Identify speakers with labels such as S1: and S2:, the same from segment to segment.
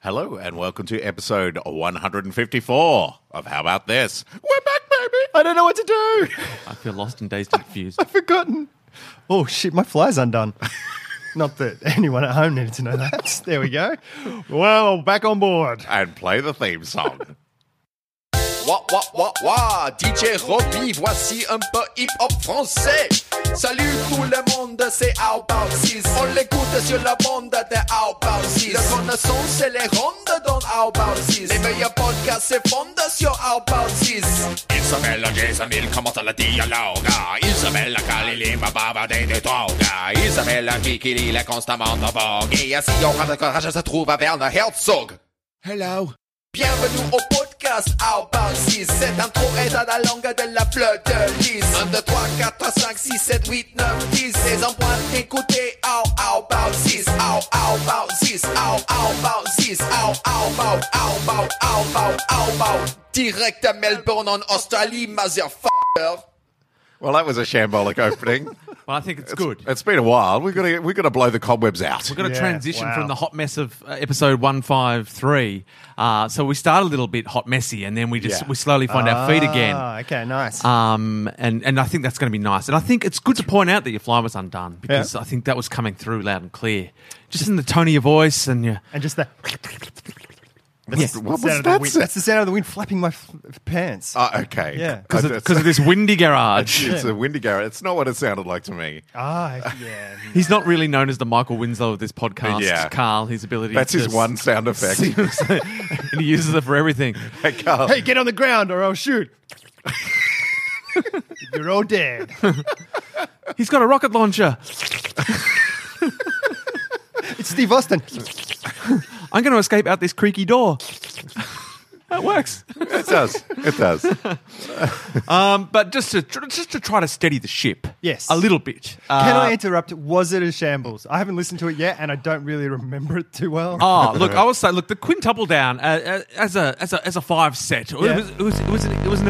S1: Hello, and welcome to episode 154 of How About This? We're back, baby!
S2: I don't know what to do.
S3: I feel lost and dazed and confused.
S2: I've forgotten. Oh shit, my fly's undone. Not that anyone at home needed to know that. There we go. Well, back on board.
S1: And play the theme song.
S4: Wah, wah, wah, wah, DJ Roby, voici un peu hip-hop français. Salut tout le monde, c'est Outbound 6. On l'écoute sur la bande de Outbound 6. La connaissance, c'est les rondes dans Outbound 6. Les meilleurs podcasts, c'est Fondation Outbound 6.
S5: Isabella, Jezamil, comment alla dialoga? Isabella, Kalili, ma bavade de toga. Isabella, Kikili, la constamment en vogue. Et ainsi, on prend le courage, se trouve à Werner Herzog.
S4: Hello. Bienvenue au podcast Outbound 6. Cette intro est dans la langue de la fleur de lys. 1, 2, 3, 4, 5, 6, 7, 8, 9, 10. Les empreintes d'écouter Out, Outbound 6. Out, Outbound 6. Out, Outbound 6. Out, Outbound, Outbound, Outbound, Outbound. Direct à Melbourne en Australie, motherfucker.
S1: Well, that was a shambolic opening.
S3: Well, I think it's, good.
S1: It's been a while. We're gonna we're gonna blow the cobwebs out.
S3: We're going to
S2: Yeah,
S3: transition
S2: wow.
S3: from the hot mess of uh, episode 153. Uh, so we start a little bit hot messy and then we just
S1: Yeah.
S3: we slowly find our feet again.
S2: Ah, okay, nice.
S3: Um, and, and I think that's going to be nice. And I think it's good to point out that your fly was undone because
S2: Yeah.
S3: I think that was coming through loud and clear. Just in the tone of your voice and your.
S2: and just that.
S3: Yes.
S1: What
S2: sound
S1: was
S2: of the
S1: that?
S2: wind-
S1: sa-
S2: That's the sound of the wind flapping my f- pants.
S1: Ah, okay.
S2: Yeah.
S3: Because
S1: It's-
S3: of, 'cause of this windy garage.
S1: It's a windy garret. It's not what it sounded like to me.
S2: ah, yeah.
S3: He's not really known as the Michael Winslow of this podcast,
S1: Yeah.
S3: Carl. His ability
S1: That's
S3: to
S1: his one sound effect.
S3: and he uses it for everything.
S1: Hey, Carl.
S2: Hey, get on the ground or I'll shoot. You're all dead.
S3: He's got a rocket launcher.
S2: It's Steve Austin.
S3: I'm going to escape out this creaky door. that works.
S1: it does. It does.
S3: Um, but just to tr- just to try to steady the ship,
S2: Yes.
S3: a little bit.
S2: Can I
S3: Uh,
S2: interrupt? Was it a shambles? I haven't listened to it yet, and I don't really remember it too well.
S3: Oh, look! I will say, look, the quintuple down uh, uh, as a as a as a five set. It
S2: Yeah.
S3: was it was it was, an, it was an.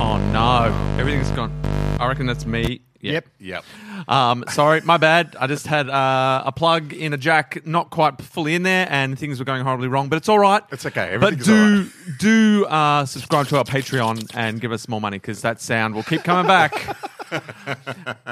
S3: Oh no! Everything's gone. I reckon that's me. Yeah.
S2: Yep.
S1: Yep.
S3: Um, sorry, my bad. I just had uh, a plug in a jack, not quite fully in there, and things were going horribly wrong. But it's all right.
S1: It's okay.
S3: But
S1: Everything's
S3: do
S1: all right.
S3: do uh, subscribe to our Patreon and give us more money because that sound will keep coming back.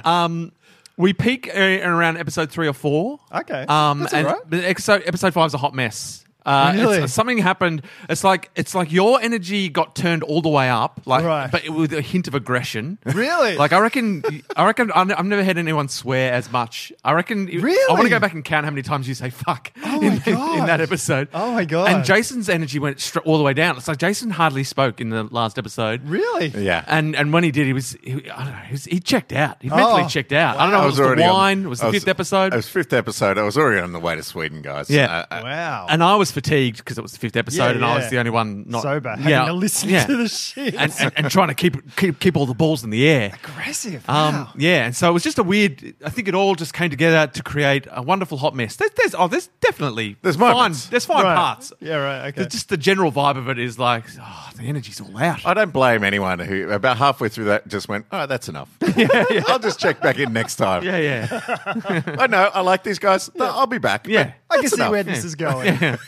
S3: um, we peak uh, around episode three or four.
S2: Okay.
S3: Um,
S2: That's all
S3: and
S2: right.
S3: the episode episode five is a hot mess. Uh, it's-
S2: Really?
S3: something happened. It's like it's like your energy got turned all the way up, like,
S2: Right.
S3: but with a hint of aggression.
S2: Really?
S3: Like I reckon, I reckon I've I've never heard anyone swear as much. I reckon. I want to
S2: Really? Oh
S3: go back and count how many times you say "fuck"
S2: my
S3: in, in that
S2: God.
S3: episode.
S2: Oh my God.
S3: And Jason's energy went str- all the way down. It's like Jason hardly spoke in the last episode.
S2: Really?
S1: Yeah.
S3: And and when he did, he was he, I don't know, he, was, he checked out. He mentally
S2: Oh.
S3: checked out. I don't know. if it was, the
S1: on-
S3: wine? was
S1: I
S3: the fifth episode?
S1: It was fifth episode. I was already on the way to Sweden, guys.
S3: Yeah.
S1: Uh, uh,
S2: Wow.
S3: And I was fatigued because it was the fifth episode,
S2: Yeah,
S3: and I
S2: yeah.
S3: was the only one not
S2: sober, having
S3: Yeah,
S2: to listen
S3: yeah.
S2: to the shit.
S3: and, and, and trying to keep keep keep all the balls in the air.
S2: aggressive.
S3: Um,
S2: wow.
S3: Yeah, and so it was just a weird. I think it all just came together to create a wonderful hot mess. There's, there's oh, there's definitely
S1: There's
S3: fine,
S1: moments.
S3: there's fine
S2: Right.
S3: parts.
S2: Yeah, right, okay.
S3: The- just the general vibe of it is like oh, the energy's all out.
S1: I don't blame anyone who about halfway through that just went, "Oh, that's enough. I'll just check back in next time."
S3: yeah, yeah,
S1: I know. I like these guys. No, I'll be back.
S3: yeah.
S2: I can see
S1: enough.
S2: where this is going, and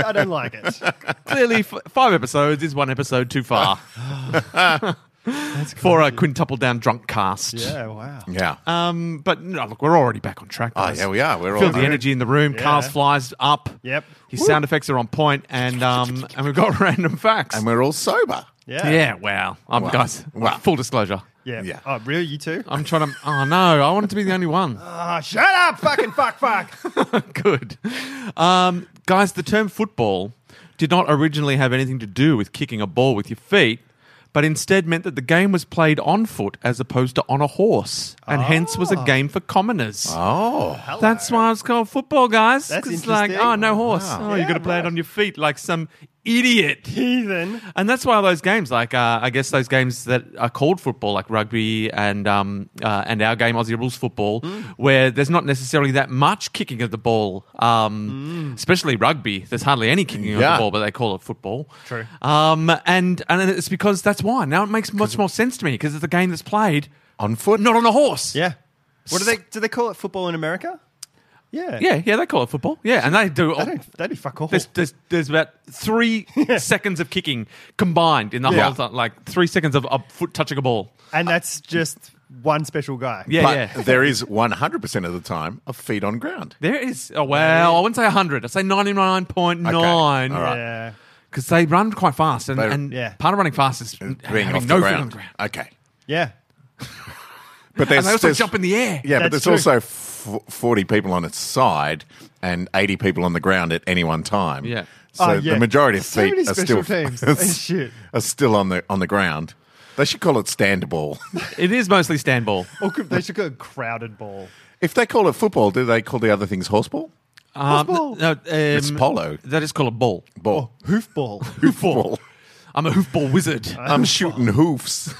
S2: I don't like it.
S3: Clearly, f- five episodes is one episode too far for a quintuple down drunk cast.
S2: Yeah, wow.
S1: Yeah.
S3: Um, but no, look, we're already back on track.
S1: oh,
S3: guys.
S1: yeah, we are. We're
S3: Feel
S1: all
S3: the energy in the room. Carl's flies up.
S2: Yep.
S3: His sound effects are on point, and um, and we've got random facts.
S1: and we're all sober.
S2: Yeah.
S3: Yeah, wow. Um,
S1: Wow.
S3: Guys,
S1: Wow.
S3: full disclosure.
S2: Yeah.
S1: Yeah.
S2: Oh, really? You too?
S3: I'm trying to. Oh, no. I wanted to be the only one.
S2: Ah, shut up! Fucking fuck, fuck.
S3: Good. Um, guys, the term football did not originally have anything to do with kicking a ball with your feet, but instead meant that the game was played on foot as opposed to on a horse, and hence was a game for commoners.
S1: Oh,
S3: That's why it's called football, guys.
S2: That's
S3: 'cause it's like,
S2: interesting.
S3: oh, no horse.
S1: Wow.
S3: Oh, you
S2: Yeah,
S3: got to play
S2: right.
S3: it on your feet like some idiot.
S2: Heathen.
S3: And that's why those games, like uh, I guess those games that are called football, like rugby and um, uh, and our game Aussie Rules football,
S1: Mm.
S3: where there's not necessarily that much kicking of the ball, um, especially rugby. There's hardly any kicking of
S1: Mm. Yeah.
S3: the ball, but they call it football.
S2: True.
S3: Um, and and it's because that's why now it makes much more sense to me because it's a game that's played
S1: on foot.
S3: not on a horse.
S2: Yeah. What do they do? They call it football in America? Yeah.
S3: Yeah, yeah, they call it football. Yeah, and they do.
S2: They don't, they do fuck all.
S3: There's, there's, there's about three seconds of kicking combined in the
S1: Yeah.
S3: whole time, like three seconds of a foot touching a ball.
S2: and that's just one special guy.
S3: Yeah,
S1: but
S3: yeah.
S1: there is 100% of the time a feet on ground.
S3: There is. Oh, well, I wouldn't say 100. I'd say 99.9.
S1: Okay, all right.
S2: Yeah.
S3: Because they run quite fast. And,
S1: They-
S3: and
S2: Yeah.
S3: part of running fast is
S1: Being
S3: having
S1: off
S3: no
S1: the
S3: foot
S1: ground.
S3: on the ground.
S1: Okay.
S2: Yeah.
S1: But there's,
S3: And they also
S1: there's-
S3: jump in the air.
S1: Yeah, but
S2: That's
S1: there's also f- 40 people on its side and 80 people on the ground at any one time.
S3: Yeah.
S1: So
S2: Oh, yeah.
S1: the majority of
S2: So
S1: feet
S2: many
S1: are
S2: special
S1: still
S2: teams.
S1: are
S2: Shit.
S1: still on the on the ground. They should call it stand ball.
S3: It is mostly stand ball.
S2: Or could, they should go crowded ball.
S1: if they call it football, do they call the other things horseball?
S3: Um,
S2: ball?
S3: No, um, it's
S1: polo.
S3: That is called a ball.
S1: Ball.
S2: Hoof ball.
S1: Hoofball.
S3: I'm a hoofball wizard.
S2: Oh.
S1: I'm shooting hoofs.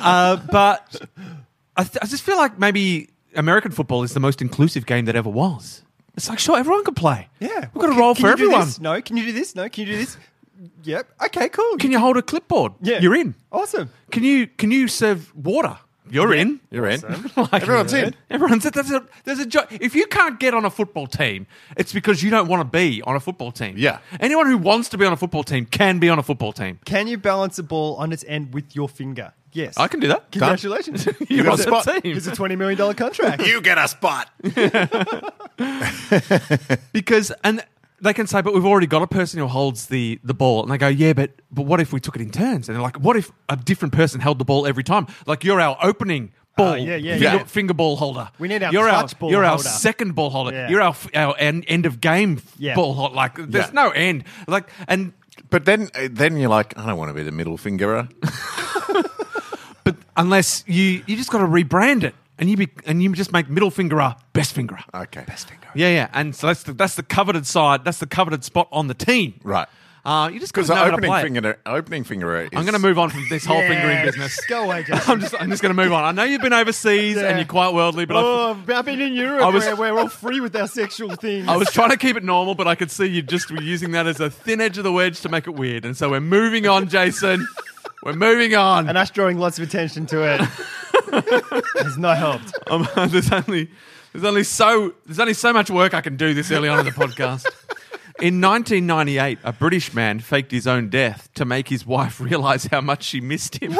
S3: Uh, but I, th- I just feel like maybe American football is the most inclusive game that ever was. It's like, sure, everyone can play.
S2: Yeah.
S3: We've got a
S2: Can-
S3: role
S2: can
S3: for
S2: you do
S3: everyone.
S2: this? No. Can you do this? No. Can you do this? Yep. Okay, cool.
S3: Can you hold a clipboard?
S2: yeah.
S3: You're in.
S2: Awesome.
S3: Can you can you serve water? You're in.
S1: You're in.
S3: Like,
S1: Everyone's in.
S3: Everyone's in. There's a, there's a jo- if you can't get on a football team, it's because you don't want to be on a football team.
S1: Yeah.
S3: Anyone who wants to be on a football team can be on a football team.
S2: Can you balance a ball on its end with your finger? Yes.
S3: I can do that.
S2: Congratulations.
S3: You're
S1: got
S3: on
S1: a
S3: the
S1: spot.
S3: team.
S2: It's a $20 million contract.
S1: You get a spot.
S3: because and they can say, but we've already got a person who holds the the ball, and they go, yeah, but but what if we took it in turns? And they're like, what if a different person held the ball every time? Like you're our opening ball,
S2: Oh, yeah, yeah,
S3: finger,
S2: yeah.
S3: finger ball holder.
S2: We need our
S3: you're
S2: clutch ball
S3: You're our
S2: holder.
S3: second ball holder.
S2: Yeah.
S3: You're our f- our end, end of game f-
S2: Yeah.
S3: ball holder. Like there's
S1: Yeah.
S3: no end. Like and
S1: But then uh, then you're like, I don't want to be the middle fingerer.
S3: but unless you you just got to rebrand it, and you be and you just make middle fingerer best fingerer.
S2: Uh.
S1: Okay. Best finger.
S3: Yeah, yeah, and so that's the that's the coveted side. That's the coveted spot on the team.
S1: Right.
S3: Uh, you just got
S1: Because
S3: to know
S1: the
S3: how to
S1: opening
S3: play. it.
S1: finger, opening fingerer is
S3: I'm going to move on from this whole fingering
S2: Yeah,
S3: business.
S2: Go away, Jason.
S3: I'm just, I'm just going to move on. I know you've been overseas
S2: Yeah.
S3: and you're quite worldly, but
S2: Oh, I've- I've been in Europe
S3: I was-
S2: where we're all free with our sexual things.
S3: I, I was trying to keep it normal, but I could see you just were using that as a thin edge of the wedge to make it weird. And so we're moving on, Jason. We're moving on.
S2: and us drawing lots of attention to it has not helped.
S3: Um, there's only there's only so there's only so much work I can do this early on in the podcast. In 1998, a British man faked his own death to make his wife realize how much she missed him.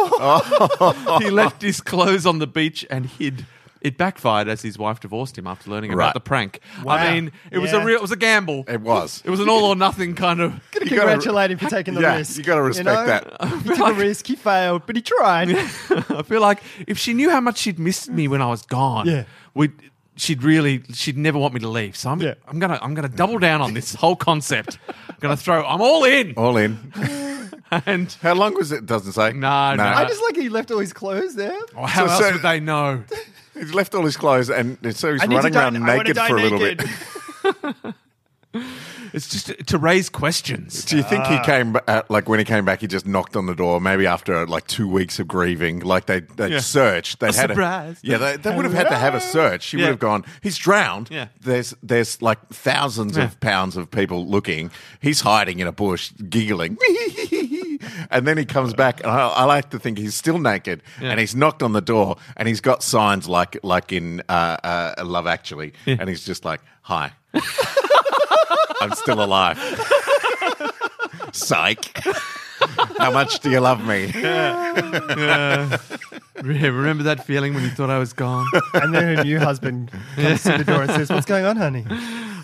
S3: he left his clothes on the beach and hid. It backfired as his wife divorced him after learning
S1: Right.
S3: about the prank.
S2: Wow.
S3: I mean, it was a
S2: Yeah.
S3: real it was a gamble.
S1: It was.
S3: It was an all or nothing kind of.
S1: You gotta-
S2: Congratulate him for taking the
S1: Yeah,
S2: risk.
S1: you gotta respect that.
S2: He took a risk, he failed, but he tried.
S3: I feel like if she knew how much she'd missed me when I was gone,
S2: Yeah.
S3: we'd, she'd really she'd never want me to leave. So I'm
S2: Yeah.
S3: I'm gonna I'm gonna double down on this whole concept. I'm gonna throw I'm all in
S1: All in.
S3: and
S1: How long was it? Doesn't say.
S3: No, no.
S2: I just like he left all his clothes there.
S3: oh, how
S1: So-
S3: else
S1: so-
S3: would they know?
S1: He's left all his clothes, and so he's
S2: I need
S1: running
S2: to die,
S1: around
S2: I wanna
S1: naked
S2: die
S1: for a little
S2: naked.
S1: bit.
S3: It's just to, to raise questions.
S1: Do you think he came ba- uh, like when he came back? He just knocked on the door. Maybe after like two weeks of grieving, like they they
S3: Yeah.
S1: searched. They
S3: A
S1: had
S3: surprise.
S1: A, yeah, they, they would have had to have a search. She
S3: Yeah.
S1: would have gone. He's drowned.
S3: Yeah.
S1: There's there's like thousands
S3: Yeah.
S1: of pounds of people looking. He's hiding in a bush, giggling. and then he comes back. And I, I like to think he's still naked,
S3: Yeah.
S1: and he's knocked on the door, and he's got signs like like in uh, uh, Love Actually, and he's just like, "Hi, I'm still alive." Psych. How much do you love me?
S3: Re- Remember that feeling when you thought I was gone?
S2: And then her new husband comes to the door and says, What's going on, honey?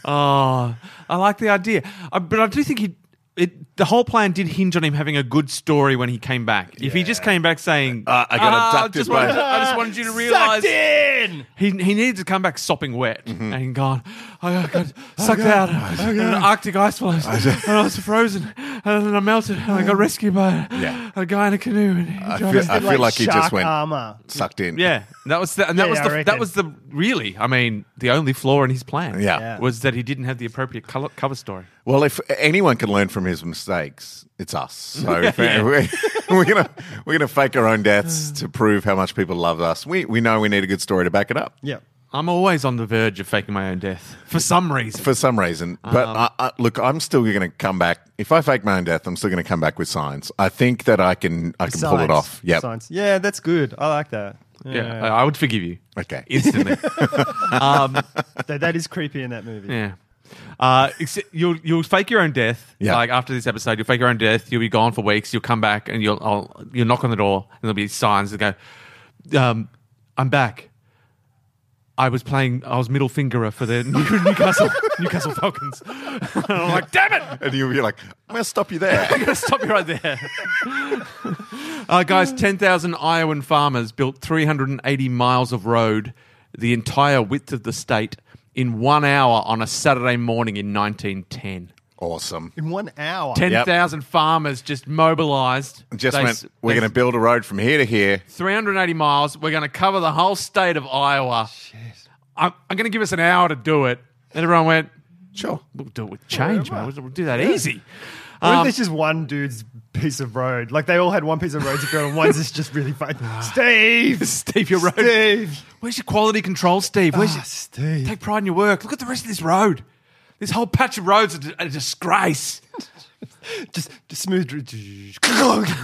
S3: Oh, I like the idea, I, but I do think he. It, the whole plan did hinge on him having a good story when he came back. If he just came back saying,
S1: Uh, I got
S3: "Ah,
S1: abducted
S3: just
S1: by-
S3: wanted- I just wanted you to realize
S2: Sucked in!
S3: He, he needed to come back sopping wet
S1: Mm-hmm.
S3: and gone, "Oh, I got sucked out in an Arctic ice floe and I was frozen and then I melted and I got rescued by a,
S1: Yeah.
S3: a guy in a canoe. And he
S1: I
S3: drove
S1: feel,
S3: me-
S1: I feel like he
S2: shark
S1: just went
S2: armor.
S1: sucked in.
S3: yeah, that was the, and that
S2: Yeah,
S3: was
S2: yeah, I
S3: the
S2: reckon.
S3: that was the really I mean the only flaw in his plan.
S1: Yeah.
S2: Yeah.
S3: was that he didn't have the appropriate color, cover story.
S1: Well, if anyone can learn from his mistakes, it's us. So if, we're, we're gonna we're gonna fake our own deaths to prove how much people love us. We we know we need a good story to back it up
S2: Yeah.
S3: I'm always on the verge of faking my own death for some reason.
S1: for some reason. But I, I, look, I'm still gonna come back. If I fake my own death, I'm still gonna come back with science. I think that I can I can pull it
S2: Signs.
S1: off. Yeah.
S2: Signs. Yeah, that's good. I like that.
S3: yeah, I I would forgive you
S1: Okay.
S3: instantly. um,
S2: That, that is creepy in that movie.
S3: yeah. Uh, except you'll you'll fake your own death.
S1: Yeah.
S3: Like after this episode, you'll fake your own death. You'll be gone for weeks. You'll come back and you'll I'll, you'll knock on the door and there'll be signs that go, um, "I'm back." I was playing. I was middle fingerer for the New- Newcastle Newcastle Falcons. And I'm like, damn it!
S1: And you'll be like, I'm going to stop you there.
S3: I'm gonna stop you right there. uh, guys, 10,000 Iowan farmers built 380 miles of road, the entire width of the state, in one hour on a Saturday morning in 1910.
S1: awesome.
S2: In one hour.
S3: 10,000 farmers just mobilized.
S1: Just
S3: They-
S1: went, we're
S3: they-
S1: going to build a road from here to here.
S3: 380 miles. We're going to cover the whole state of Iowa. I'm, I'm going to give us an hour to do it. And everyone went,
S1: Sure.
S3: we'll do it with change, man. We'll, we'll do that easy.
S2: What if
S3: Um,
S2: there's just one dude's piece of road? Like they all had one piece of road to go, and one's is just really fun. Steve,
S3: Steve, your road.
S2: Steve,
S3: Where's your quality control, Steve? Where's
S2: Ah,
S3: your-
S2: Steve.
S3: Take pride in your work. Look at the rest of this road. This whole patch of roads is a disgrace.
S2: just, just smooth. dr-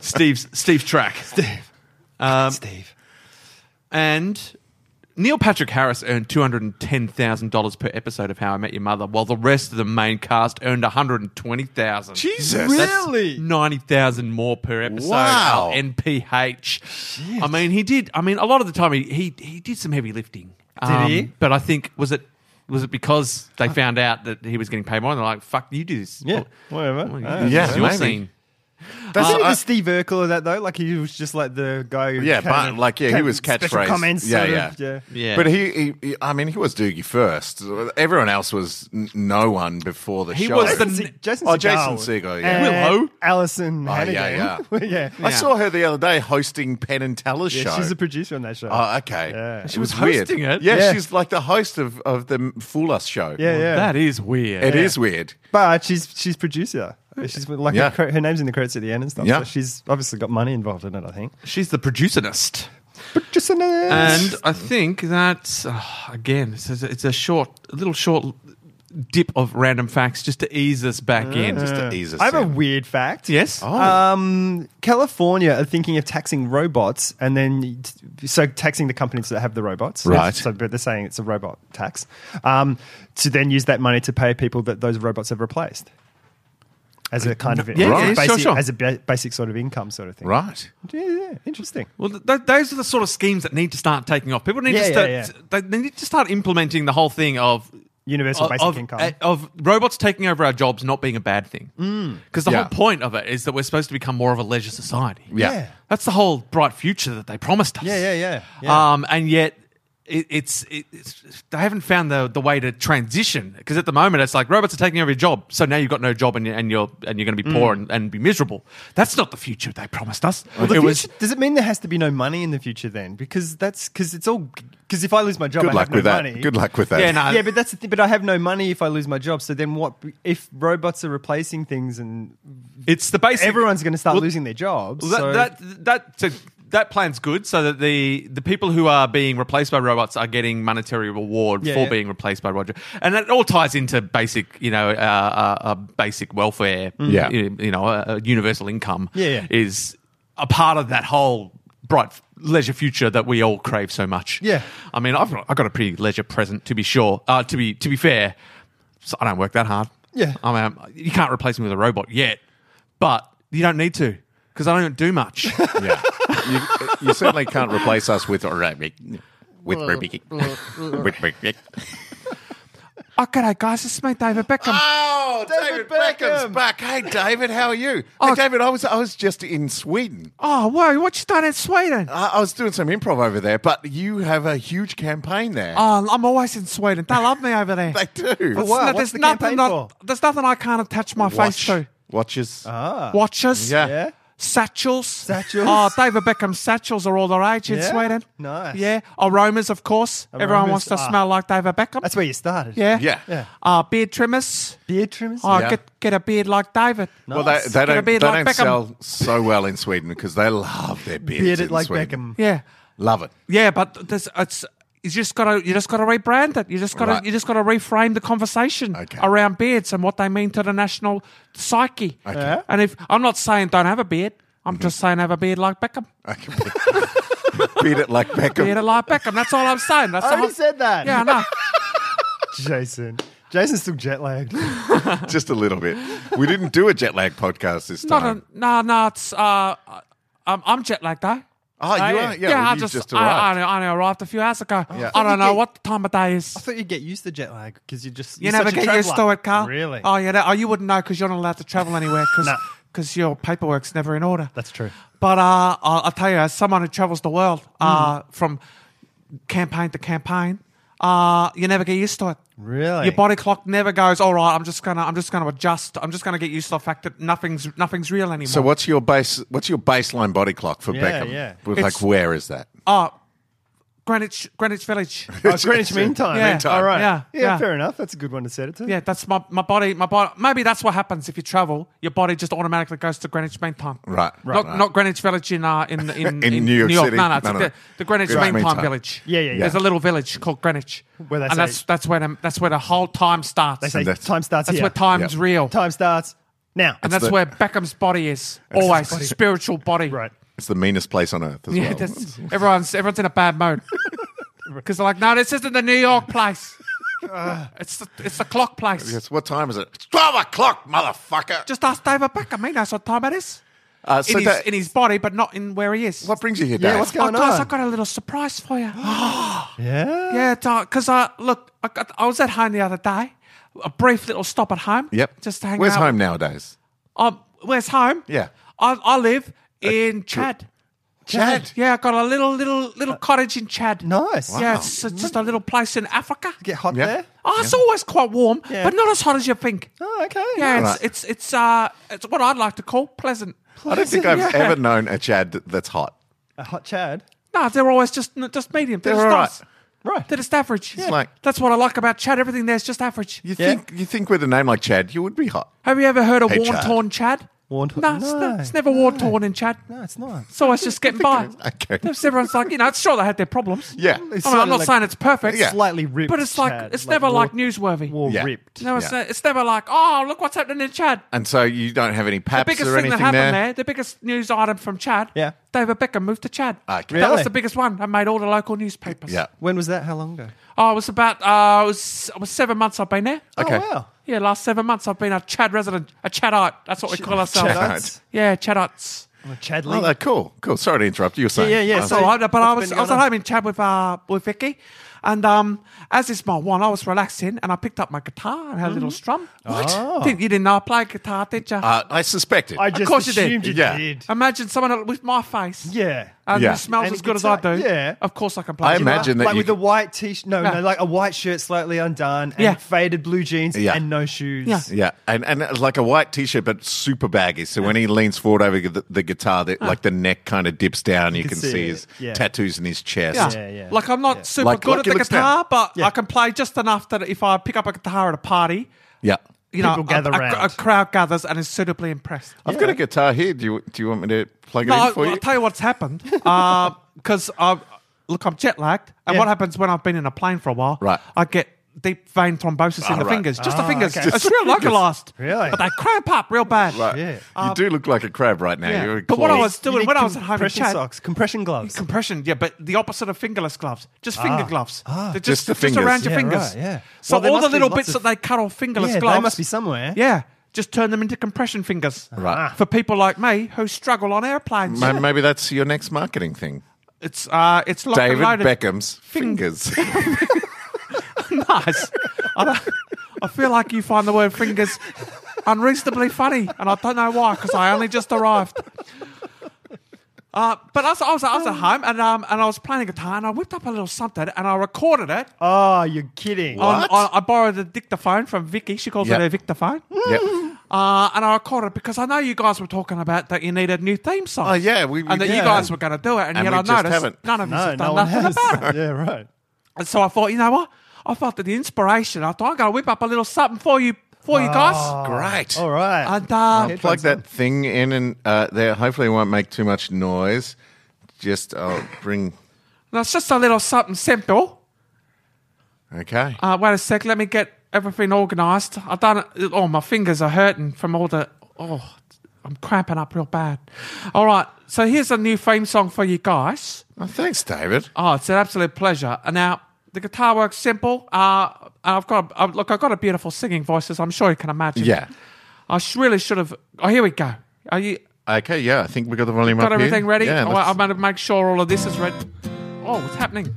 S3: Steve's Steve's track.
S2: Steve,
S3: Um,
S2: Steve.
S3: and Neil Patrick Harris earned two hundred and ten thousand dollars per episode of How I Met Your Mother, while the rest of the main cast earned one hundred and twenty thousand.
S1: Jesus.
S2: Really?
S1: That's-
S3: Ninety thousand more per episode.
S1: Wow.
S3: of NPH. I mean, he did. I mean, a lot of the time he he, he did some heavy lifting. Did
S2: he?
S3: But I think was it was it because they found out that he was getting paid more? And they're like, "Fuck, you do this."
S2: Yeah,
S3: Oh,
S2: whatever.
S3: well,
S2: Uh,
S3: this
S1: yeah,
S3: is your
S1: maybe.
S3: scene.
S1: that's-
S2: Isn't it
S1: Uh, I-
S2: the Steve Urkel of that though? Like he was just like the guy. Who
S1: Yeah,
S2: came
S1: but,
S2: in-
S1: like, yeah, he
S2: came
S1: was
S2: with special
S1: catchphrase.
S2: Comments,
S1: Yeah,
S2: sort
S1: yeah.
S2: of, yeah,
S3: Yeah.
S1: But he, he, he- I mean, he was Doogie first. Everyone else was n- no one before the
S3: He
S1: show.
S3: was the-
S2: Se- Jason
S1: Oh,
S2: Segel
S1: Jason Segel, yeah.
S2: and
S3: Willow.
S2: Alison
S1: Oh,
S2: Hannigan.
S1: yeah,
S2: yeah. yeah.
S1: I saw her the other day hosting Penn and Teller's show.
S2: she's a producer on that show.
S1: Oh, okay.
S2: Yeah.
S1: It
S2: She
S3: was
S1: weird.
S3: hosting it?
S1: Yeah,
S2: Yeah.
S1: she's like the host of, of the Fool Us show.
S2: yeah, yeah.
S3: That is weird.
S1: It is weird.
S2: But uh, she's she's producer. She's like
S1: Yeah.
S2: her, cre- her name's in the credits at the end and stuff.
S1: Yeah.
S2: So she's obviously got money involved in it. I think.
S3: She's the producernist.
S2: But just another.
S3: And I think that, uh, again, it's a, it's a short, a little short dip of random facts just to ease us back in. Just to,
S1: to ease us
S2: I have a
S1: in.
S2: weird fact.
S3: yes?
S1: Oh.
S2: Um, California are thinking of taxing robots and then so taxing the companies that have the robots.
S1: Right.
S2: So but they're saying it's a robot tax. Um, to then use that money to pay people that those robots have replaced. As a kind of
S3: yeah,
S2: as a
S3: yeah, sure,
S2: basic,
S3: sure.
S2: as a ba- basic sort of income sort of thing.
S1: Right.
S2: Yeah, yeah, interesting.
S3: Well, th- th- those are the sort of schemes that need to start taking off. People need
S2: Yeah,
S3: to start,
S2: yeah,
S3: They, they need to start implementing the whole thing of
S2: Universal
S3: of,
S2: basic
S3: of-
S2: income.
S3: uh, of robots taking over our jobs not being a bad thing.
S2: Mm.
S3: Because the
S1: Yeah.
S3: whole point of it is that we're supposed to become more of a leisure society.
S1: Yeah.
S2: Yeah.
S3: That's the whole bright future that they promised us.
S2: Yeah, yeah, yeah, yeah.
S3: Um, and yet, it, it's, it, it's they haven't found the, the way to transition because at the moment it's like robots are taking over your job, so now you've got no job and you're and you're and you're going to be poor and, and be miserable. That's not the future they promised us.
S2: Mm. The
S3: it
S2: future,
S3: was
S2: does it mean there has to be no money in the future then? Because that's because it's all because if I lose my job,
S1: Good
S2: I
S1: luck
S2: have no
S1: with that.
S2: money.
S1: Good luck with that.
S3: Yeah, no.
S2: yeah, but that's the thing. But I have no money if I lose my job. So then, what if robots are replacing things and
S3: it's the basic.
S2: everyone's going to start
S3: Well,
S2: losing their jobs?
S3: Well,
S2: so-
S3: that, that that so that plan's good, so that the the people who are being replaced by robots are getting monetary reward
S2: Yeah,
S3: for
S2: yeah.
S3: being replaced by Roger, and that all ties into basic, you know, uh, uh, uh, basic welfare,
S1: Yeah.
S3: you, you know, uh, uh, universal income,
S2: Mm. Yeah, yeah.
S3: is a part of that whole bright f- leisure future that we all crave so much.
S2: Yeah.
S3: I mean, I've got, I've got a pretty leisure present to be sure. Uh, to be to be fair, so I don't work that hard.
S2: Yeah.
S3: I mean, I'm- you can't replace me with a robot yet, but you don't need to because I don't do much.
S1: Yeah. you, you certainly can't replace us with Arabic. With Arabic. with Arabic.
S3: oh, g'day, guys. It's me, David Beckham.
S2: Ah!
S1: Oh, David,
S2: David
S1: Beckham's
S2: Beckham.
S1: back. Hey, David, how are you? Hey, David, I was I was just in Sweden.
S3: oh, whoa, what you done in Sweden?
S1: I, I was doing some improv over there, but you have a huge campaign there.
S3: Oh, I'm always in Sweden. They love me over there.
S1: They do.
S2: What's- Wow,
S3: No,
S2: what's the
S3: nothing
S2: campaign
S3: that-
S2: for?
S3: there's nothing I can't attach my face
S1: Watch-
S3: to.
S1: Watches.
S3: Watches,
S1: Yeah.
S2: yeah,
S3: satchels.
S2: Satchels.
S3: Oh, David Beckham's satchels are all the rage in
S2: Yeah?
S3: Sweden.
S2: Nice.
S3: Yeah. Aromas, of course. Everyone
S2: Aromas,
S3: wants to
S2: ah.
S3: smell like David Beckham.
S2: that's where you started.
S3: yeah.
S1: yeah.
S2: yeah.
S3: Uh, beard trimmers.
S2: Beard trimmers.
S3: Oh,
S1: Yeah.
S3: get, get a beard like David.
S1: Well, they,
S3: Nice.
S1: they
S3: Gonna
S1: don't,
S3: be
S1: they
S3: like
S1: don't
S3: Beckham.
S1: sell so well in Sweden because they love their beards.
S2: bearded
S1: in
S2: like
S1: Sweden.
S2: Beckham.
S3: Yeah.
S1: Love it.
S3: Yeah, but there's, it's you just gotta you just gotta rebrand it. You just gotta
S1: Right.
S3: you just gotta reframe the conversation
S1: Okay.
S3: around beards and what they mean to the national psyche.
S1: Okay. Mhm.
S3: And if I'm not saying don't have a beard,
S6: I'm just saying, have a beard like Beckham.
S1: I can beat- beat it like Beckham.
S6: Beard like Beckham. That's all I'm saying. That's
S2: I
S6: all.
S2: already said that.
S6: yeah, I know.
S2: Jason. Jason's still jet lagged.
S1: just a little bit. We didn't do a jet lag podcast this
S6: Not
S1: time.
S6: a, no, no. It's uh, I'm, I'm jet lagged though.
S1: oh, you
S2: I-
S1: are? Yeah, well,
S6: I
S1: you
S6: just,
S1: just,
S6: I,
S1: arrived.
S6: I, only- I only arrived a few hours ago.
S1: Yeah.
S6: I don't
S2: Okay.
S6: know what the time of day is.
S2: I thought you'd get used to jet lag because you just
S6: You
S2: you're
S6: never
S2: such a
S6: get used to
S2: traveller.
S6: it, Carl.
S2: Really?
S6: Oh yeah. That, oh, you wouldn't know because you're not allowed to travel anywhere
S2: No.
S6: because your paperwork's never in order.
S2: That's true.
S6: But uh, I'll, I'll tell you, as someone who travels the world uh, from campaign to campaign, uh, you never get used to it.
S2: Really?
S6: Your body clock never goes. All right, I'm just gonna, I'm just gonna adjust. I'm just gonna get used to the fact that nothing's, nothing's real anymore.
S1: so Uh, what's your base? What's your baseline body clock for
S2: Yeah,
S1: Beckham?
S2: yeah.
S1: With,
S6: It's-
S1: like, where is that?
S6: Oh, Greenwich, Greenwich Village.
S2: Oh, Greenwich Mean Time.
S6: Yeah. Mean Time.
S2: All right.
S6: Yeah, yeah.
S2: fair enough. That's a good one to set it to.
S6: yeah, that's my, my body. My body. Maybe that's what happens if you travel. Your body just automatically goes to Greenwich Mean Time.
S1: Right, right,
S6: Not
S1: right.
S6: not Greenwich Village in uh, in, in, in,
S1: In New York City.
S6: No, no, it's
S1: No, no,
S6: the,
S1: no.
S6: the Greenwich
S1: Greenwich
S6: Mean
S1: Mean
S6: Time
S1: Time.
S6: Village.
S2: Yeah, yeah, yeah.
S6: There's a little village called Greenwich,
S2: Where they
S6: and
S2: say-
S6: that's that's where the, that's where the whole time starts.
S2: They say
S1: that's-
S2: time starts
S6: that's
S2: here.
S6: where time's
S1: Yeah.
S6: real,
S2: Time starts now.
S6: and that's
S1: the-
S6: where Beckham's body is always spiritual body.
S2: right.
S1: It's the meanest place on earth as
S6: Yeah,
S1: well.
S6: that's, everyone's everyone's in a bad mood because they're like, no, this isn't the New York place. it's the, it's the clock place.
S1: Yes, what time is it? It's 12 o'clock, motherfucker.
S6: Just ask David Beckham. He knows what time it is.
S1: Uh,
S6: In,
S1: so
S6: his,
S1: that-
S6: in his body, but not in where he is.
S1: what brings you here,
S2: Yeah,
S1: Dave?
S2: what's
S6: Oh,
S2: going
S6: guys,
S2: on?
S6: I got a little surprise for you.
S2: yeah.
S6: yeah, because I look, I, got, I was at home the other day. A brief little stop at home.
S1: Yep.
S6: Just to hang
S1: Where's
S6: out.
S1: home nowadays?
S6: Um, where's home?
S1: Yeah.
S6: I, I live in Chad.
S1: Chad.
S6: Yeah, I got a little little little cottage in Chad.
S2: Nice.
S6: Yeah, it's, it's just a little place in Africa.
S2: Get hot
S1: Yeah.
S2: there.
S6: Oh, it's always quite warm,
S2: Yeah.
S6: but not as hot as you think.
S2: Oh, okay.
S6: Yeah, it's
S1: Right.
S6: it's it's uh it's what I'd like to call pleasant.
S1: I don't think I've
S6: Yeah.
S1: ever known a Chad that's hot.
S2: A hot Chad.
S6: No, they're always just just medium. They're,
S1: They're
S6: just
S1: all
S6: nice.
S1: right.
S2: Right.
S6: They're just average.
S1: like-
S6: that's what I like about Chad. Everything there's just average.
S1: You
S2: Yeah.
S1: think you think with a name like Chad, you would be hot.
S6: Have you ever heard of
S1: Hey,
S6: worn
S1: Chad.
S6: torn Chad?
S2: Worn torn-
S6: No, it's, not-
S2: no,
S6: it's never worn torn in Chad.
S2: No, it's not.
S6: So it's just getting by.
S1: Okay.
S6: Just Everyone's like, you know, sure they had their problems.
S1: Yeah.
S2: It's
S6: I mean, I'm
S2: slightly
S6: not
S2: like-
S6: saying it's perfect.
S1: Yeah.
S2: Slightly ripped.
S6: But it's like
S2: Chad,
S6: it's never like
S2: raw-
S6: newsworthy.
S2: raw
S1: Yeah.
S2: ripped.
S6: No, it's,
S1: Yeah.
S6: ne- it's never like, oh, look what's happening in Chad.
S1: And so you don't have any
S6: The
S1: paps
S6: biggest
S1: or
S6: thing
S1: anything
S6: that happened there.
S1: there.
S6: the biggest news item from Chad,
S2: Yeah.
S6: David Beckham moved to Chad.
S1: Okay.
S6: That was
S2: Really?
S6: the biggest one. I made all the local newspapers.
S1: Yeah.
S2: When was that? How long ago?
S6: Oh, it was about uh, it was it was seven months I've been there.
S1: Okay.
S2: Oh, wow.
S6: Yeah, last seven months I've been a Chad resident, a Chadite. That's what we call ourselves.
S1: Chad.
S2: Chadites?
S6: Yeah, Chadites.
S2: Or Chad
S1: Oh,
S2: Lee.
S1: that, cool, cool. Sorry to interrupt. You were saying,
S2: yeah, yeah,
S1: Oh,
S6: So
S2: So
S6: I, but I
S2: what's
S6: was
S2: been
S6: I was
S2: going
S6: at
S2: on?
S6: home in Chad with uh with Vicky, and um as this my one, I was relaxing and I picked up my guitar and had a little strum. What? Think you didn't know I played guitar, did you?
S1: uh, I suspected.
S2: I just
S6: course you did.
S2: assumed you did. Um,
S1: Yeah.
S6: Imagine someone else with my face.
S2: Yeah.
S6: And
S1: Yeah.
S6: it smells
S2: And
S6: as
S2: a
S6: good as I
S2: guitar-
S6: do.
S2: yeah.
S6: Of course I can play.
S1: I
S6: guitar.
S1: imagine that
S2: like
S1: you
S2: with a white t-shirt, no,
S6: Yeah.
S2: no, like a white shirt slightly undone, and
S6: Yeah.
S2: faded blue jeans,
S1: Yeah.
S2: and no shoes.
S6: Yeah.
S1: Yeah, and and it's like a white t-shirt, but super baggy. So when he leans forward over the, the guitar, the, like the neck kind of dips down. You, can, see,
S2: it.
S1: his
S2: Yeah.
S1: tattoos in his chest.
S2: Yeah,
S6: Yeah.
S2: yeah.
S6: Like I'm not super
S1: Like-
S6: good
S1: like
S6: at
S1: it
S6: the
S1: looks
S6: guitar, but
S2: Yeah.
S6: I can play just enough that if I pick up a guitar at a party,
S1: Yeah.
S6: you know,
S2: People
S6: a-
S2: gather
S6: a, a,
S2: round.
S6: crowd gathers and is suitably impressed.
S1: I've got a guitar here. Do you do you want me to plug it
S6: No,
S1: in for
S6: I,
S1: you?
S6: will tell you what's happened. Because uh, look, I'm jet lagged, and
S2: Yeah.
S6: what happens when I've been in a plane for a while?
S1: Right.
S6: I get deep vein thrombosis in
S1: Ah,
S6: the
S1: right.
S6: fingers, just the
S2: Ah,
S6: fingers.
S2: okay.
S6: It's real localized,
S2: Really?
S6: but they cramp up real bad.
S1: Right.
S2: Yeah.
S1: you do look like a crab right now.
S6: Yeah.
S1: You're a
S6: But what
S1: claw.
S6: I was doing
S2: You need
S6: when I was at home in
S2: compression
S6: Chad-
S2: socks, compression gloves.
S6: Compression, yeah, but the opposite of fingerless gloves, just
S2: Ah.
S6: finger gloves. They're
S1: Just
S6: just,
S1: the
S6: just
S1: fingers.
S6: around your
S2: Yeah,
S6: fingers.
S2: right, yeah.
S6: So
S2: Well, there
S6: all the
S2: must be
S6: little
S2: lots
S6: bits
S2: of-
S6: that they cut off fingerless
S2: yeah,
S6: gloves.
S2: they must be somewhere.
S6: Yeah, just turn them into compression fingers.
S1: Right.
S6: For people like me who struggle on airplanes,
S1: Ma- Maybe that's your next marketing thing.
S6: it's uh, it's locked and
S1: David
S6: loaded.
S1: Beckham's fingers.
S6: nice. I, don't, I feel like you find the word fingers unreasonably funny, and I don't know why because I only just arrived. Uh, but I was, I was I was at home and um and I was playing the guitar and I whipped up a little something and I recorded it.
S2: Oh, you're kidding.
S6: On,
S1: What?
S6: on, I borrowed the dictaphone from Vicky. She calls
S1: Yep.
S6: it her dictaphone.
S1: yep.
S6: Uh, and I recorded it because I know you guys were talking about that you need a new theme song.
S1: Oh, yeah, we- we
S6: and that
S1: did.
S6: you guys were going to do it, and,
S1: And
S6: yet
S1: we
S6: I
S1: just
S6: noticed
S1: haven't.
S6: none of you
S2: Oh, no,
S6: have done
S2: no one
S6: nothing
S2: has.
S6: about it.
S2: yeah, right.
S6: And so I thought, you know what? I felt that the inspiration. I thought I'm going to whip up a little something for you, for you guys.
S1: Great.
S2: All right.
S6: And uh,
S1: Plug that thing in and uh, there. Hopefully, it won't make too much noise. Just I'll bring.
S6: that's just a little something simple.
S1: Okay.
S6: Uh, wait a sec. Let me get everything organised. I done. it- Oh, my fingers are hurting from all the. Oh, I I'm cramping up real bad. All right, so here's a new theme song for you guys.
S1: Oh, thanks, David.
S6: Oh, it's an absolute pleasure. And now the guitar works simple. Uh, and I've got a, uh, look, I've got a beautiful singing voice, as I'm sure you can imagine.
S1: Yeah.
S6: I sh- really should have. Oh, here we go. Are you
S1: Okay, yeah, I think we got the volume
S6: got
S1: up here.
S6: everything ready?
S1: Yeah,
S6: Oh,
S1: let's-
S6: I'm going to make sure all of this is ready. Oh, what's happening?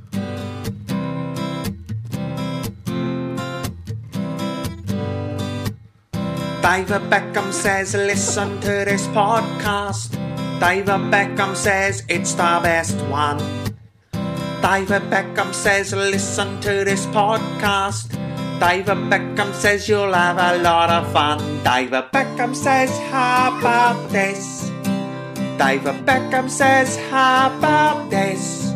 S7: David Beckham says, listen to this podcast. David Beckham says, it's the best one. David Beckham says, listen to this podcast. David Beckham says, you'll have a lot of fun. David Beckham says, how about this? David Beckham says, how about this?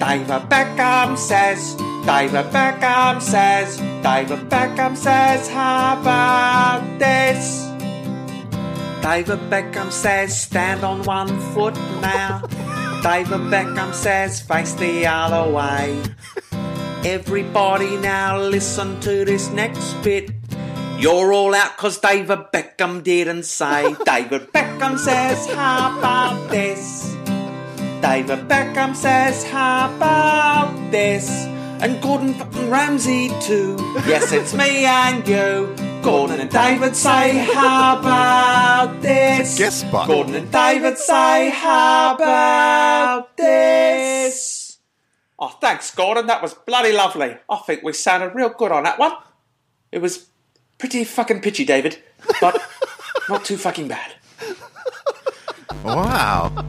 S7: David Beckham says, David Beckham says, David Beckham says, how about this? David Beckham says, stand on one foot now. David Beckham says, face the other way. Everybody now listen to this next bit. You're all out 'cause David Beckham didn't say. David Beckham says, how about this? David Beckham says, How about this? And Gordon fucking Ramsay too. Yes, it's me and you. Gordon and David say, How about this?
S1: guest spot.
S7: Gordon and David say, How about this? Oh, thanks, Gordon. That was bloody lovely. I think we sounded real good on that one. It was pretty fucking pitchy, David, but not too fucking bad.
S1: Wow.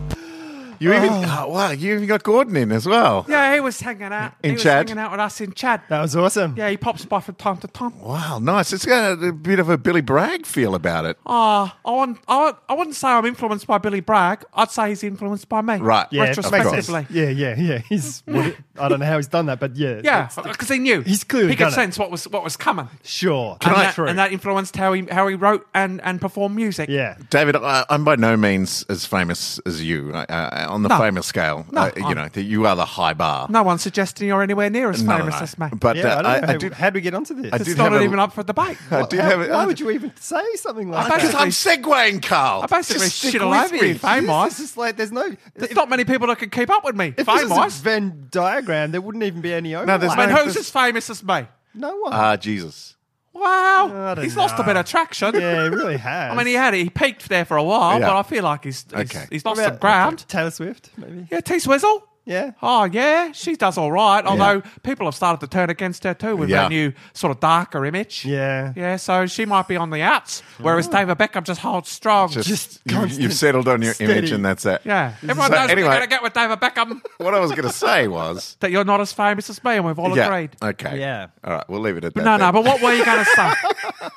S1: You even oh, wow, you even got Gordon in as well.
S6: Yeah, he was hanging out.
S1: In
S6: he was
S1: Chad?
S6: hanging out with us in Chad.
S2: That was awesome.
S6: Yeah, he pops by from time to time.
S1: Wow, nice. It's got a bit of a Billy Bragg feel about it.
S6: Uh, I, wouldn't, I, wouldn't- I wouldn't say I'm influenced by Billy Bragg. I'd say he's influenced by me.
S1: Right.
S2: Yeah,
S1: Yeah,
S2: it makes
S6: retrospectively.
S2: sense. Yeah, yeah, yeah. He's. what- I don't know how he's done that, but yeah.
S6: Yeah,
S2: it's-
S6: because he knew.
S2: He's clearly
S6: He could
S2: done it.
S6: sense what was what was coming.
S2: Sure.
S6: and,
S2: Not
S6: that,
S2: true.
S6: and that influenced how he how he wrote and and performed music.
S2: yeah.
S1: David, I, I'm by no means as famous as you uh, uh, on the
S6: No.
S1: famous scale.
S6: No,
S1: uh, you
S6: I'm-
S1: know, that you are the high bar.
S6: No one's suggesting you're anywhere near as
S1: No, no,
S6: famous
S1: no.
S6: as me.
S1: But
S2: Yeah,
S1: uh,
S2: I don't know.
S1: I, I
S2: how-
S1: did,
S2: how do we get onto this?
S1: I
S6: it's
S1: did
S6: not
S1: have a-
S6: even up for debate.
S1: I did
S2: How-
S1: have it.
S2: why would you even say something like
S6: basically-
S1: Because
S2: that?
S1: I'm segueing, Carl.
S6: I basically
S1: Just stick
S6: shit all
S1: with
S6: over
S1: me.
S6: you, fame
S2: It's
S6: wise.
S2: just like there's no.
S6: There's not many people that can keep up with me.
S2: If
S6: Fame
S2: this was a
S6: wise.
S2: Venn diagram, there wouldn't even be any overlap.
S1: there's
S6: I mean,
S1: no-
S6: who's as famous as me?
S2: no one.
S1: Ah, Jesus.
S6: Wow.
S2: don't
S6: He's lost a
S2: know.
S6: bit of traction.
S2: yeah, it really has.
S6: I mean, he had it. He peaked there for a while,
S1: Yeah.
S6: but I feel like he's he's,
S1: Okay.
S6: he's
S2: What
S6: lost some
S2: about-
S6: ground.
S2: Taylor Swift, maybe.
S6: Yeah, T Swizzle.
S2: Yeah.
S6: Oh yeah, she does all right. Although people have started to turn against her too with
S1: Yeah.
S6: her new sort of darker image.
S2: Yeah.
S6: yeah. So she might be on the outs, whereas David Beckham just holds strong.
S1: Oh. Just,
S2: Just
S1: you-
S2: constant,
S1: you've settled on your
S2: steady.
S1: image and that's it.
S6: yeah, everyone
S1: So
S6: knows
S1: anyway-
S6: we're going to get with David Beckham
S1: What I was going to say was.
S6: that you're not as famous as me, and we've all
S1: yeah.
S6: agreed.
S1: Okay.
S2: Yeah.
S1: All right, we'll leave it at that.
S6: No, no.
S1: then.
S6: But what were you going to say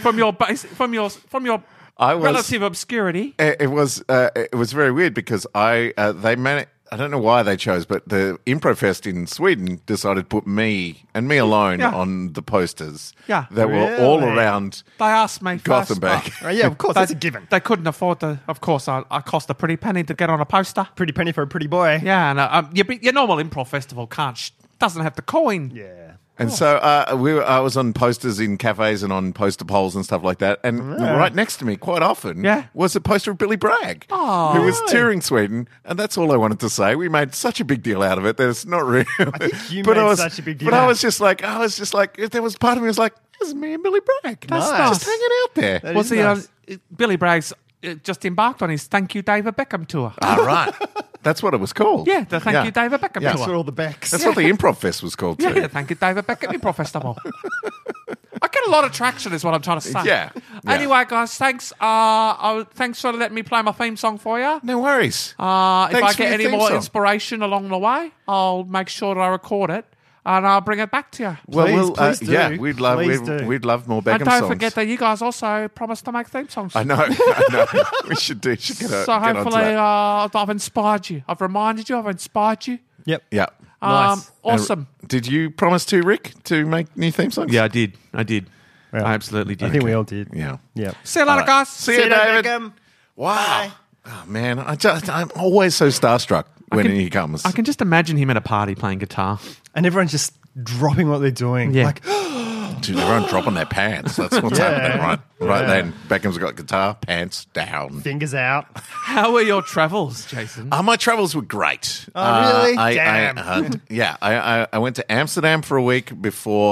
S6: from your base, from your from your
S1: I was-
S6: relative obscurity?
S1: it, it was uh, it was very weird because I uh, they man I don't know why they chose, but the Improfest in Sweden decided to put me and me alone
S6: Yeah.
S1: on the posters.
S6: Yeah. uh,
S1: that were all
S2: Really?
S1: around
S6: They asked me. first,
S1: Gothenburg.
S6: but
S2: Right, Uh, yeah, of course, that's a given.
S6: They couldn't afford to. Of course, I, I cost a pretty penny to get on a poster.
S2: Pretty penny for a pretty boy.
S6: Yeah, and uh, um, your, your normal improv festival can't sh- doesn't have the coin.
S2: Yeah.
S1: And so uh, we were, I was on posters in cafes and on poster poles and stuff like that. And right next to me, quite often,
S6: Yeah.
S1: was a poster of Billy Bragg,
S2: Oh,
S1: who was touring Sweden. And that's all I wanted to say. We made such a big deal out of it that it's not real. I
S2: think you made such a big deal.
S1: But I was just like, I was just like, there was part of me was like, this is me and Billy Bragg.
S2: That's
S1: Just
S2: nice.
S1: hanging out there.
S2: That
S6: Well,
S2: is
S6: see, uh,
S2: nice.
S6: Billy Bragg's uh, just embarked on his Thank You David Beckham tour.
S1: All Ah, right. That's what it was called.
S6: Yeah, the Thank You David Beckham
S1: Yeah.
S2: That's what
S6: tour.
S2: all the backs.
S1: That's what the Improv Fest was called,
S6: Yeah,
S1: too.
S6: the Thank You David Beckham improv festival. I get a lot of traction, is what I'm trying to say.
S1: Yeah, yeah.
S6: Anyway, guys, thanks. Uh, oh, thanks for letting me play my theme song for you.
S1: No worries.
S2: Oh,
S6: Uh, if
S1: Thanks
S6: I
S1: for
S6: get
S1: your
S6: any
S1: theme
S6: more
S1: song.
S6: inspiration along the way, I'll make sure that I record it and I'll bring it back to you.
S1: well,
S2: please,
S1: we'll, uh,
S2: please do.
S1: yeah, we'd love
S2: Please
S1: we'd,
S2: do.
S1: we'd love more Beckham
S6: and don't
S1: songs.
S6: forget that you guys also promised to make theme songs.
S1: I know. I know. we should do. Should get, a,
S6: so
S1: get onto
S6: hopefully
S1: that.
S6: uh, I've inspired you. I've reminded you. I've inspired you.
S2: Yep.
S1: yeah.
S6: Um,
S2: Nice.
S6: Awesome.
S1: And did you promise to Rick to make new theme songs?
S6: Yeah, I did. I did.
S2: Yeah.
S6: I absolutely did.
S2: I think we all did.
S1: Yeah.
S2: Yep.
S6: See you later, guys.
S1: See, you, David. Wow.
S2: Bye.
S1: Oh man, I just I'm always so starstruck when
S6: can-
S1: he comes.
S6: I can just imagine him at a party playing guitar.
S2: And everyone's just dropping what they're doing.
S6: Yeah.
S2: Like,
S1: Dude, everyone dropping their pants. That's what's
S2: Yeah.
S1: happening right right
S2: Yeah.
S1: then. Beckham's got guitar, pants down.
S2: Fingers out.
S3: How were your travels, Jason?
S1: Uh, my travels were great. Oh,
S2: really?
S1: I,
S2: Damn.
S1: I, uh, yeah, I, I, I went to Amsterdam for a week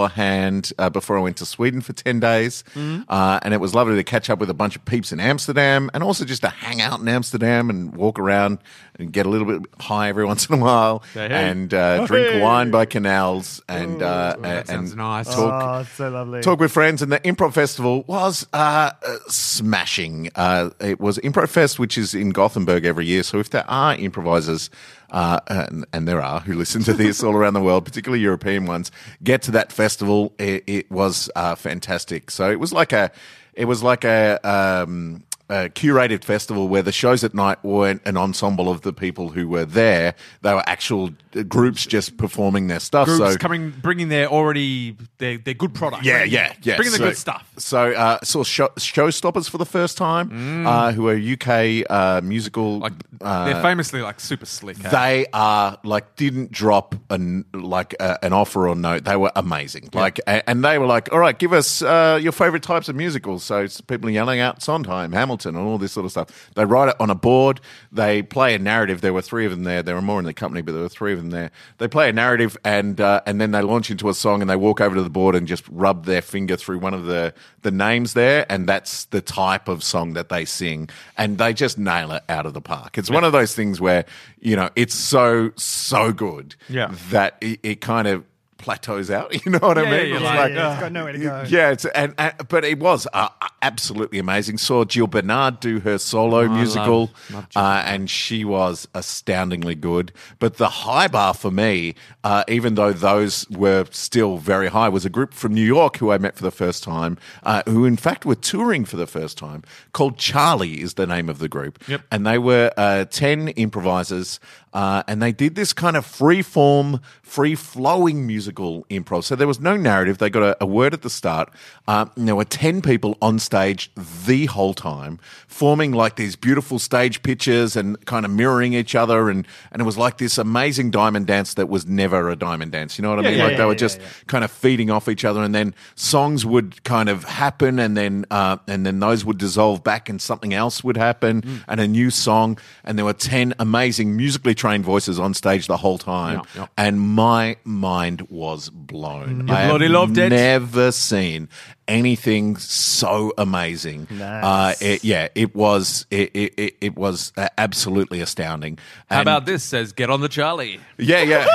S1: beforehand, uh, before I went to Sweden for 10 days. Uh, and it was lovely to catch up with a bunch of peeps in Amsterdam and also just to hang out in Amsterdam and walk around and get a little bit high every once in a while
S3: Hey, hey.
S1: and uh, drink
S2: Hey.
S1: wine by canals and, uh, and,
S3: sounds nice.
S1: talk,
S2: Oh, it's so lovely.
S1: Talk with Friends and the Improv Festival was uh, uh, smashing. Uh, it was Improv Fest, which is in Gothenburg every year. So if there are improvisers, uh, and, and there are who listen to this all around the world, particularly European ones, get to that festival. It, it was uh, fantastic. So it was like a, it was like a. Um, a curated festival where the shows at night weren't an ensemble of the people who were there; they were actual uh, groups just performing their stuff.
S3: Groups
S1: so
S3: coming, bringing their already their, their good product.
S1: yeah,
S3: right?
S1: yeah, yeah.
S3: Bringing
S1: so,
S3: the good stuff.
S1: So, uh, saw show, Showstoppers for the first time, uh, who are UK uh, musical.
S3: Mm. Like
S1: uh,
S3: they're famously like super slick. eh?
S1: they are like didn't drop an like a, an offer or note. They were amazing. Like a, and they were like, all right, give us uh, your favorite types of musicals. So it's people yelling out Sondheim, Hamilton, and all this sort of stuff. They write it on a board. They play a narrative. There were three of them there. There were more in the company, but there were three of them there. They play a narrative and uh, and then they launch into a song and they walk over to the board and just rub their finger through one of the the names there and that's the type of song that they sing and they just nail it out of the park. It's one of those things where you know it's so so good
S3: Yeah.
S1: that it, it kind of plateaus out. You know what I
S3: Yeah, yeah,
S1: mean?
S3: yeah,
S1: It's
S2: yeah,
S3: like,
S2: yeah, it's got nowhere to go.
S1: yeah, it's and, and but it was uh, absolutely amazing. Saw Jill Bernard do her solo musical, uh, and she was astoundingly good. But the high bar for me, uh, even though those were still very high, was a group from New York who I met for the first time, uh, who in fact were touring for the first time. Called Charlie is the name of the group,
S3: Yep.
S1: and they were uh, ten improvisers, uh, and they did this kind of free form, free flowing musical improv. So there was no narrative. They got a, a word at the start. Um, and there were 10 people on stage the whole time, forming like these beautiful stage pictures and kind of mirroring each other. And, and it was like this amazing diamond dance that was never a diamond dance. You know what I mean?
S3: yeah,
S1: like
S3: yeah,
S1: they were
S2: yeah,
S1: just kind of feeding off each other. And then songs would kind of happen. And then, uh, and then those would dissolve back and something else would happen
S3: Mm.
S1: and a new song. And there were 10 amazing musically trained voices on stage the whole time.
S3: Yeah, yeah.
S1: And my mind was blown. I
S3: bloody
S1: have
S3: loved it.
S1: Never seen anything so amazing.
S2: Nice.
S1: Uh, it, yeah, it was it it, it, it was uh, absolutely astounding.
S3: How
S1: And-
S3: about this? Says get on the Charlie.
S1: yeah, yeah,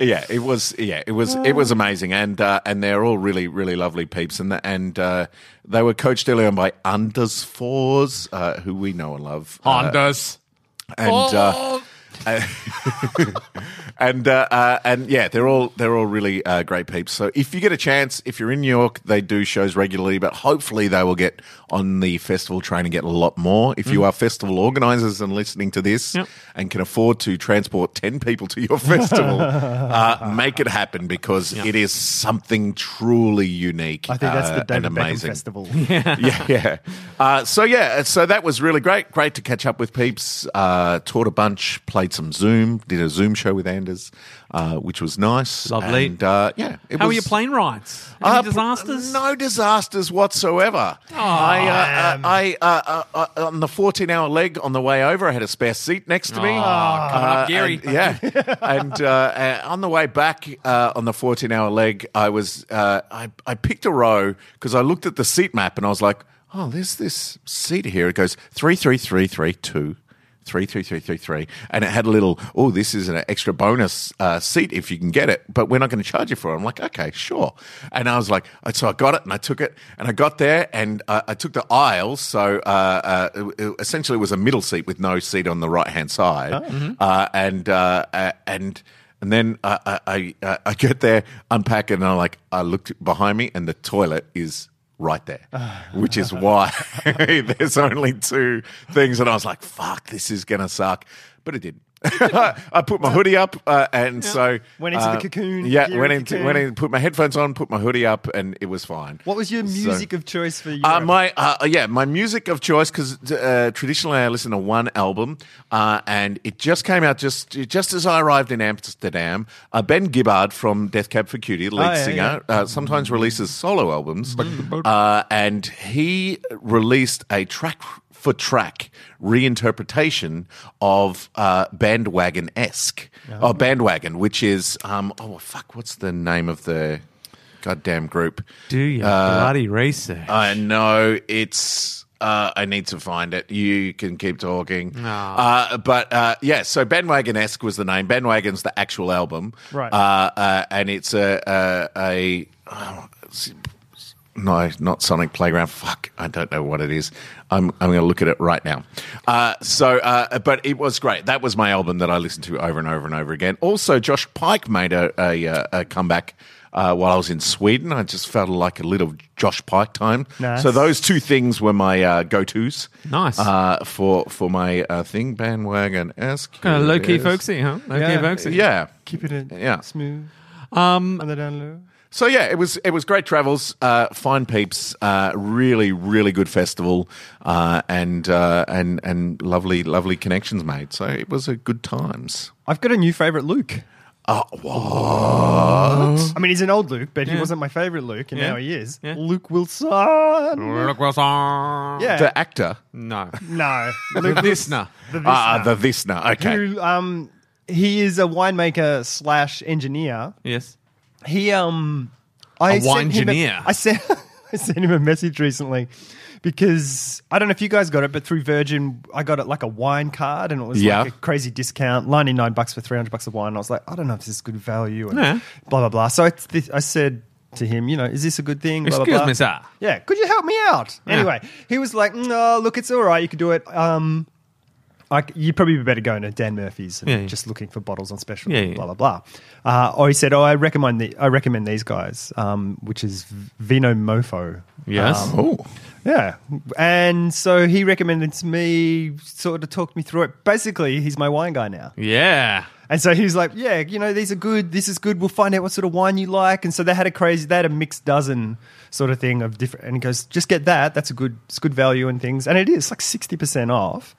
S1: yeah. It was, yeah, it was, it was amazing, and uh, and they're all really, really lovely peeps, and and uh, they were coached early on by Anders Fours, uh, who we know and love, uh,
S3: Anders.
S1: and uh, and uh, uh, and yeah, they're all they're all really uh, great peeps. So if you get a chance, if you're in New York, they do shows regularly, but hopefully they will get on the festival train and get a lot more. If you are festival organisers and listening to this
S3: Yep.
S1: and can afford to transport ten people to your festival, uh, make it happen because it is something truly unique.
S2: I think that's
S1: uh,
S2: the David
S1: and
S2: Beckham
S1: amazing
S2: Festival.
S1: yeah, yeah. Uh, so yeah, so that was really great. Great to catch up with peeps. Uh, taught a bunch, played some Zoom, did a Zoom show with Anders, uh, which was nice.
S3: Lovely.
S1: And, uh, yeah. it
S3: How
S1: was-
S3: are your plane rides? Any
S1: Uh,
S3: disasters?
S1: No disasters whatsoever. I, uh, uh, I uh, uh, uh, on the fourteen-hour leg on the way over, I had a spare seat next to me.
S3: Oh, coming up,
S1: Uh,
S3: Gary.
S1: and- yeah, and uh, uh, on the way back uh, on the fourteen-hour leg, I was uh, I I picked a row because I looked at the seat map and I was like, oh, there's this seat here. It goes three three three three two. Three three three three three, and it had a little. Oh, this is an extra bonus uh, seat if you can get it, but we're not going to charge you for it. I'm like, okay, sure. And I was like, so I got it, and I took it, and I got there, and uh, I took the aisle. So uh, uh, it- it essentially, it was a middle seat with no seat on the right hand side, uh, and uh, uh, and. And then I, I, I, I get there, unpack it, and I'm like, I looked behind me, and the toilet is right there, which is why there's only two things. And I was like, fuck, this is going to suck. But it didn't. I put my hoodie up, uh, and so
S2: Went into the
S1: uh,
S2: cocoon,
S1: Yeah,
S2: you're
S1: went
S2: in
S1: into
S2: cocoon.
S1: went in, put my headphones on, put my hoodie up, and it was fine.
S2: What was your
S1: So-
S2: music of choice for you?
S1: Uh, my uh, yeah, my music of choice because uh, traditionally I listen to one album, uh, and it just came out just just as I arrived in Amsterdam. Uh, ben Gibbard from Death Cab for Cutie, the lead
S2: Oh, yeah,
S1: singer, Uh, sometimes releases solo albums, uh, and he released a track for track reinterpretation of uh, Bandwagon esque, oh Bandwagon, which is um, oh fuck, what's the name of the goddamn group?
S3: Do you
S1: Uh,
S3: bloody research?
S1: I know it's. Uh, I need to find it. You can keep talking. Uh, but uh, yeah, so Bandwagon esque was the name. Bandwagon's the actual album,
S2: Right.
S1: Uh, uh, and it's a a, a oh, it's- no, not Sonic Playground. Fuck, I don't know what it is. I'm I'm going to look at it right now. Uh, so, uh, but it was great. That was my album that I listened to over and over and over again. Also, Josh Pike made a a, uh, a comeback. Uh, while I was in Sweden, I just felt like a little Josh Pike time.
S2: Nice.
S1: So those two things were my uh, go-tos.
S3: Nice.
S1: uh, for for my uh, thing bandwagon esque.
S3: Kind of low key Uh, folksy, huh? Low key
S2: Yeah.
S3: folksy.
S1: Yeah.
S2: Keep it in
S1: Yeah.
S2: smooth. Um, on the down low.
S1: So yeah, it was it was great travels, uh, fine peeps, uh, really really good festival, uh, and uh, and and lovely lovely connections made. So it was a good times.
S2: I've got a new favorite Luke.
S1: Oh, what?
S2: I mean, he's an old Luke, but he
S3: Yeah.
S2: wasn't my favorite Luke, and
S3: Yeah.
S2: now he is.
S3: Yeah.
S2: Luke Wilson.
S3: Look, Wilson.
S2: Yeah.
S1: Mm. The actor,
S3: No.
S2: no. Luke
S3: Listener.
S2: the Visner,
S1: ah, the thisner. Okay,
S2: who, um, he is a winemaker slash engineer.
S3: Yes.
S2: He um, I
S3: A
S2: sent him
S3: winegineer.
S2: I sent I sent him a message recently because I don't know if you guys got it, but through Virgin I got it like a wine card, and it was
S1: Yeah.
S2: like a crazy discount, ninety nine bucks for three hundred bucks of wine. And I was like, I don't know if this is good value, and
S3: Yeah.
S2: blah blah blah. So I, th- I said to him, you know, is this a good thing? Blah, blah,
S3: Excuse
S2: blah.
S3: me, sir.
S2: Yeah, could you help me out?
S3: Yeah.
S2: Anyway, he was like, no, look, it's all right, you can do it. Um, I, you probably be better going to Dan Murphy's and
S3: Yeah, yeah.
S2: just looking for bottles on special.
S3: Yeah, yeah.
S2: Blah blah blah. Uh, or he said, "Oh, I recommend the, I recommend these guys, um, which is Vino Mofo."
S3: Yes.
S2: Um,
S1: oh,
S2: yeah, and so he recommended to me, sort of talked me through it. Basically, he's my wine guy now.
S3: Yeah.
S2: And so he's like, yeah, you know, these are good. This is good. We'll find out what sort of wine you like. And so they had a crazy, they had a mixed dozen sort of thing of different. And he goes, just get that. That's a good, it's good value and things. And it is like sixty percent off.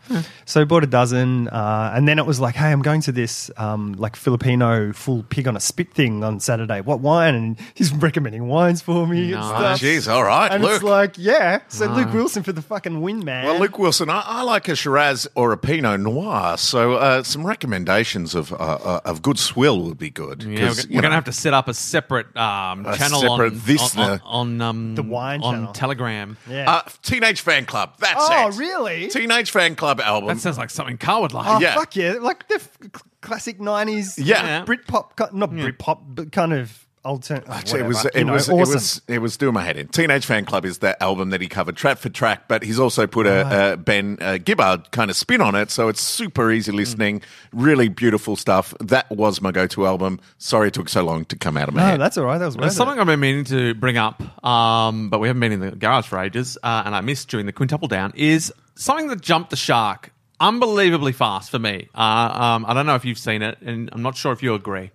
S2: So he bought a dozen, uh, and then it was like, hey, I'm going to this um, like Filipino full pig on a spit thing on Saturday. What wine? And he's recommending wines for me. and
S3: Nice.
S2: stuff.
S1: jeez, all right,
S2: And
S1: Luke.
S2: it's like, yeah. So Luke Wilson for the fucking win, man.
S1: well, Luke Wilson, I, I like a Shiraz or a Pinot Noir, so uh, some recommendations of uh, uh, of good swill would be good.
S3: Yeah, we're,
S1: 'cause, you
S3: going to
S1: know,
S3: have to set up a separate um,
S1: A
S3: channel
S1: separate
S3: on,
S1: this-
S3: on, on, on, um,
S2: The wine
S3: on
S2: channel.
S3: Telegram.
S2: Yeah.
S1: Uh, Teenage Fan Club. That's
S2: Oh,
S1: it.
S2: really?
S1: Teenage Fan Club album.
S3: That sounds like something Carl would like.
S2: Oh
S1: Yeah.
S2: fuck yeah! Like the f- cl- classic nineties,
S1: Yeah.
S2: Brit pop, not Brit pop, but kind of alternative.
S1: it was it
S2: you know,
S1: was
S2: awesome.
S1: it was it was doing my head in. Teenage Fan Club is that album that he covered track for track, but he's also put a, uh Ben uh, Gibbard kind of spin on it, so it's super easy
S2: Hmm.
S1: listening. Really beautiful stuff. That was my go-to album. Sorry it took so long to come out of my
S2: no,
S1: head.
S2: Oh, that's all right. That was worth
S3: There's
S2: it.
S3: something I've been meaning to bring up, um, but we haven't been in the garage for ages, uh, and I missed during the quintuple down, is something that jumped the shark unbelievably fast for me. Uh, um, I don't know if you've seen it, and I'm not sure if you agree.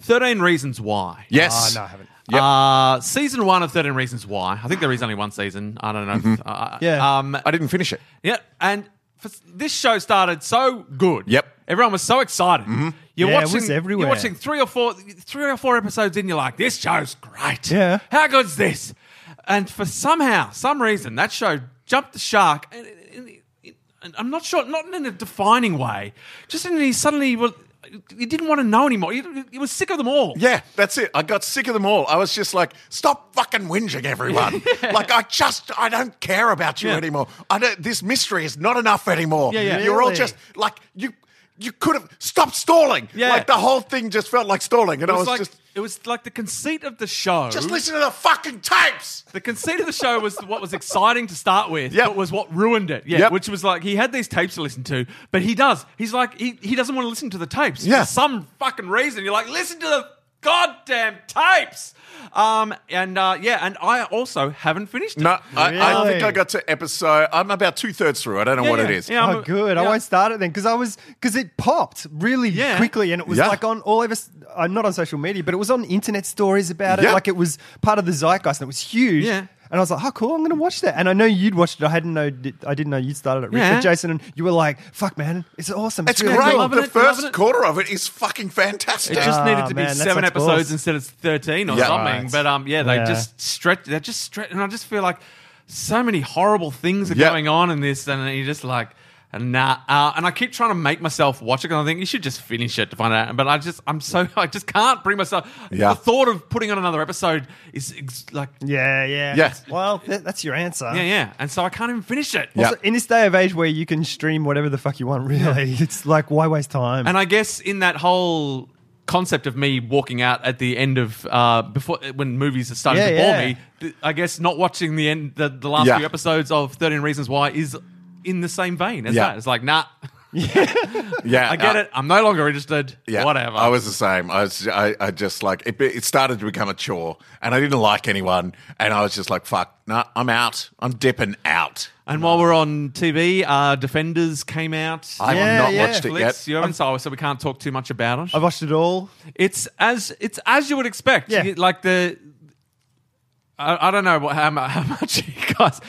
S3: 13 Reasons Why.
S2: Ah,
S1: yes,
S2: no, I haven't.
S1: Yep.
S3: Uh, season one of 13 Reasons Why. I think there is only one season. I don't know. if- uh,
S2: Yeah.
S3: Um,
S1: I didn't finish it.
S3: Yeah, and for, this show started so good.
S1: Yep. Mm-hmm.
S3: everyone was so excited. You're
S2: Yeah, it
S3: watching
S2: was everywhere.
S3: You're watching three or four, three or four episodes in. You're like, this show's great.
S2: Yeah.
S3: how good's this? And for somehow, some reason, that show jumped the shark. And, and- and I'm not sure, not in a defining way, just in he suddenly well, he didn't want to know anymore. He, he was sick of them all.
S1: Yeah, that's it. I got sick of them all. I was just like, stop fucking whinging, everyone. Like, I just, I don't care about you
S3: Yeah.
S1: anymore. I don't, this mystery is not enough anymore.
S3: Yeah, yeah.
S1: You're all
S2: Really?
S1: just like, you, you could have stopped stalling.
S3: Yeah.
S1: Like, the whole thing just felt like stalling. And
S3: It
S1: I
S3: was,
S1: was
S3: like
S1: just,
S3: it was like the conceit of the show.
S1: just listen to the fucking tapes.
S3: The conceit of the show was what was exciting to start with,
S1: Yep.
S3: but was what ruined it. Yeah,
S1: Yep.
S3: which was like he had these tapes to listen to, but he does. He's like he, he doesn't want to listen to the tapes
S1: Yeah.
S3: for some fucking reason. You're like, listen to the goddamn tapes. Um, and uh, yeah, and I also haven't finished it.
S1: No, I, I
S2: Really?
S1: think I got to episode. I'm about two thirds through. I don't know
S3: Yeah,
S1: what it
S3: yeah.
S1: is.
S3: Yeah, I'm-
S2: oh, good. I
S3: yeah.
S2: won't start it then because I was because it popped really
S3: Yeah.
S2: quickly and it was
S1: Yeah.
S2: like on all over. s- Uh, not on social media, but it was on internet stories about it.
S1: Yeah.
S2: Like it was part of the zeitgeist and it was huge.
S3: Yeah.
S2: And I was like, "Oh, cool! I'm going to watch that." And I know you'd watched it. I hadn't know. I didn't know you'd started it, Rick.
S3: Yeah.
S2: But Jason, and you were like, "Fuck, man, it's awesome!
S1: It's
S2: really
S1: great.
S2: cool."
S3: loving
S1: the
S3: it,
S1: first
S3: loving it.
S1: quarter of it is fucking
S3: It
S1: fantastic.
S3: just
S2: Ah,
S3: needed to be
S2: man, that
S3: seven
S2: sucks balls.
S3: episodes instead of thirteen or
S1: Yeah.
S3: something.
S2: Right.
S3: But um, yeah, they
S2: Yeah.
S3: just stretch. They just stretch, and I just feel like so many horrible things are
S1: Yeah.
S3: going on in this, and you're just like, nah. Uh, and I keep trying to make myself watch it because I think you should just finish it to find out. But I just, I'm so, I just can't bring myself.
S1: Yeah.
S3: The thought of putting on another episode is ex- like,
S2: Yeah, yeah,
S1: Yeah.
S2: Well, th- that's your answer.
S3: yeah, yeah, and so I can't even finish it.
S1: Yeah.
S2: Also, in this day of age where you can stream whatever the fuck you want, really, it's like why waste time?
S3: And I guess in that whole concept of me walking out at the end of uh, before when movies are starting
S2: Yeah,
S3: to bore
S2: yeah.
S3: me, th- I guess not watching the end the, the last
S1: Yeah.
S3: few episodes of Thirteen Reasons Why is in the same vein as
S1: Yeah.
S3: that. It's like nah,
S1: yeah,
S3: I get
S1: uh,
S3: it. I'm no longer interested.
S1: Yeah,
S3: whatever.
S1: I was the same. I was, I, I just like it. It started to become a chore, and I didn't like anyone, and I was just like, "Fuck, no, I'm out. I'm dipping out."
S3: and while we're on TV, uh, Defenders came out.
S1: I
S2: Yeah,
S1: have not
S2: yeah.
S1: watched it
S3: Netflix,
S1: yet.
S3: you haven't saw it, so we can't talk too much about it.
S2: I've watched it all.
S3: It's as it's as you would expect.
S2: Yeah.
S3: You- Like the, I, I don't know what how, mu- how much you guys,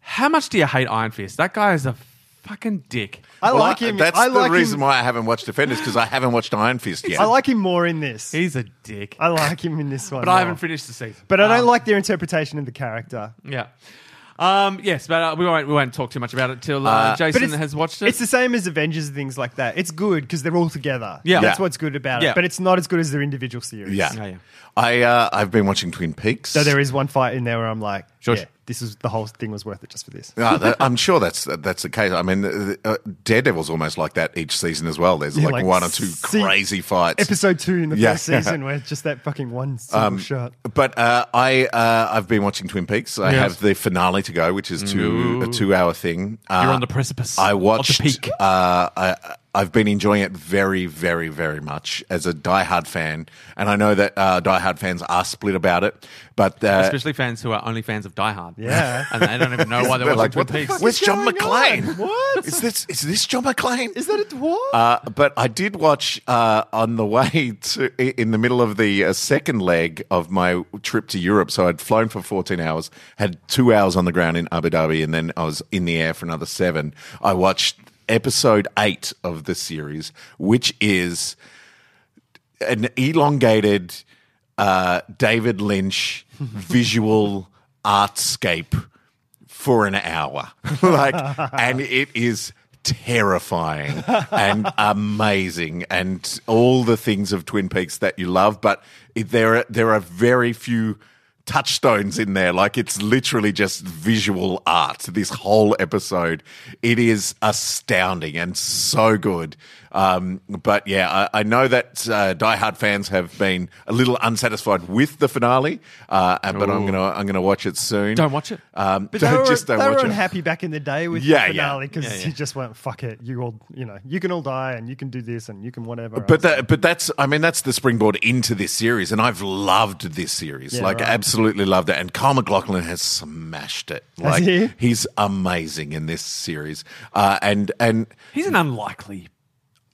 S3: how much do you hate Iron Fist? That guy is a fucking dick.
S2: I
S1: Well,
S2: like him.
S1: That's
S2: I
S1: the
S2: like
S1: reason
S2: him.
S1: why I haven't watched Defenders because I haven't watched Iron Fist yet.
S2: I like him more in this.
S3: He's a dick.
S2: I like him in this one,
S3: but I haven't
S2: more.
S3: finished the season.
S2: But I don't
S3: Um,
S2: like their interpretation of the character.
S3: Yeah. Um, yes, but uh, we won't we won't talk too much about it till uh,
S2: But
S3: Jason
S2: it's-
S3: has watched it.
S2: It's the same as Avengers and things like that. It's good because they're all together.
S3: Yeah.
S2: that's
S1: Yeah.
S2: what's good about
S3: Yeah.
S2: it. But it's not as good as their individual series.
S1: yeah.
S3: Yeah, yeah.
S1: I uh, I've been watching Twin Peaks.
S2: So there is one fight in there where I'm like,
S3: Sure.
S2: yeah, this is the whole thing was worth it just for this.
S1: No, Ah, that, I'm sure that's that's the case. I mean, uh, uh, Daredevil's almost like that each season as well. There's
S2: Yeah,
S1: like,
S2: like
S1: one or two
S2: se-
S1: crazy fights.
S2: Episode two in the
S1: Yeah.
S2: first season where it's just that fucking one single shot.
S1: But uh, I uh, I've been watching Twin Peaks. I
S3: Yes.
S1: have the finale to go, which is two a two hour thing. Uh,
S3: You're on the precipice
S1: I
S3: of the
S1: watched.
S3: peak.
S1: Uh, I I've been enjoying it very very very much as a diehard fan, and I know that uh, diehard fans are split about it. But uh,
S3: Especially fans who are only fans of Die Hard.
S2: Yeah.
S3: and they don't even know why they're
S1: they're like,
S3: watching
S1: what
S3: Twin
S1: the
S3: Peaks.
S1: fuck? Where's John
S2: going
S1: McClane?
S2: on? What?
S1: is this is this John McClane?
S2: Is that a dwarf?
S1: Uh, but I did watch uh, on the way to in the middle of the uh, second leg of my trip to Europe. So I'd flown for 14 hours, had two hours on the ground in Abu Dhabi, and then I was in the air for another seven. I watched episode eight of the series, which is an elongated uh, David Lynch visual artscape for an hour. like, and it is terrifying and amazing and all the things of Twin Peaks that you love, but it, there are, there are very few touchstones in there like it's literally just visual art this whole episode it is astounding and so good um, but yeah I, I know that uh, die hard fans have been a little unsatisfied with the finale uh, and- but i'm gonna i'm gonna watch it soon
S3: Don't watch it.
S1: um,
S2: But
S1: don't-
S2: they were,
S1: just don't
S2: they were
S1: watch it.
S2: unhappy back in the day with
S1: Yeah,
S2: the
S1: yeah.
S2: finale because
S3: Yeah, yeah.
S2: you just went, fuck it, you all, you know, you can all die and you can do this and you can whatever.
S1: But that, but that's, I mean, that's the springboard into this series, and I've loved this series,
S2: Yeah,
S1: like
S2: right.
S1: absolutely loved it. And Kyle McLaughlin has smashed it. Like
S2: he?
S1: he's amazing in this series, uh, and and
S3: He's an unlikely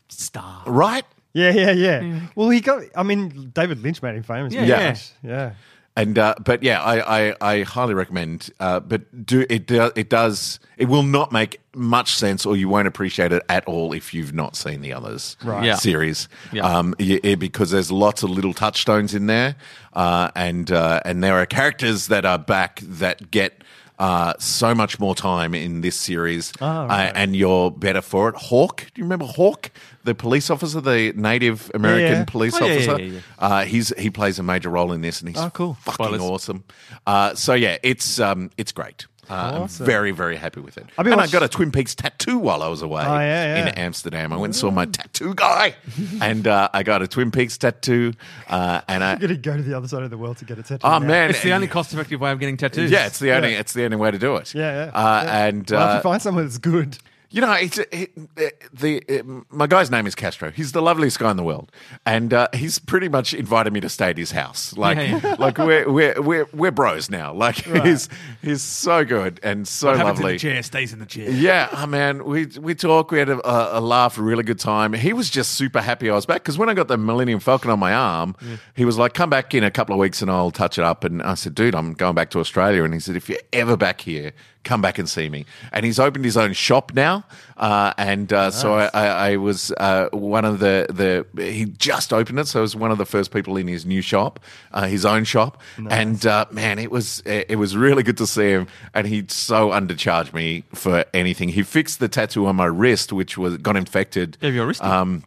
S3: star.
S1: right,
S2: yeah, yeah, yeah, Well, he got, I mean, David Lynch made him famous.
S3: Yeah,
S2: pretty
S1: yeah.
S2: much. yeah.
S1: and uh, but yeah, I, I I highly recommend. Uh, but do it do, it does it will not make much sense, or you won't appreciate it at all if you've not seen the others
S2: Right.
S3: Yeah.
S1: series,
S3: Yeah.
S1: um, y- yeah, because there's lots of little touchstones in there, uh, and uh, and there are characters that are back that get. Uh, so much more time in this series,
S3: Ah,
S1: uh, and you're better for it. Hawk, do you remember Hawk, the police officer, the Native American
S2: yeah.
S1: police
S3: Oh, yeah, yeah,
S1: officer?
S3: yeah, yeah.
S1: Uh, he's he plays a major role in this, and he's
S2: Oh, cool.
S1: fucking
S3: Spoilers.
S1: awesome. Uh, so yeah, it's um, it's great. Uh,
S2: Awesome.
S1: I'm very very happy with it.
S2: I've been
S1: and I
S2: watch-
S1: got a Twin Peaks tattoo while I was away
S2: Oh, yeah, yeah.
S1: in Amsterdam. I went and saw my tattoo guy, and uh, I got a Twin Peaks tattoo. Uh, and I,
S2: You're going to go to the other side of the world to get a tattoo.
S1: oh
S2: now.
S1: man,
S3: It's the only cost-effective way of getting tattoos.
S1: yeah, it's the only
S2: Yeah.
S1: it's the only way to do it.
S2: Yeah, yeah.
S1: Uh,
S2: Yeah.
S1: and
S2: Well, if
S1: uh,
S2: you find somewhere that's good.
S1: You know, it's it, it, the it, my guy's name is Castro. He's the loveliest guy in the world, and uh, he's pretty much invited me to stay at his house. Like,
S6: Yeah,
S1: like we're we're we're we're bros now. Like, he's he's so good and so
S6: Happens in
S1: lovely.
S6: the chair, stays in the chair.
S1: Yeah, oh man, we we talked. We had a, a, a laugh, a really good time. He was just super happy I was back because when I got the Millennium Falcon on my arm, he was like, "Come back in a couple of weeks and I'll touch it up." And I said, "Dude, I'm going back to Australia." And he said, "If you're ever back here, come back and see me." And he's opened his own shop now, uh, and uh, so I, I, I was uh, one of the the he just opened it, so I was one of the first people in his new shop, uh, his own shop, and uh, man, it was it it was really good to see him, and he so undercharged me for anything. He fixed the tattoo on my wrist, which was got infected.
S6: Gave you a wrist.
S1: Um,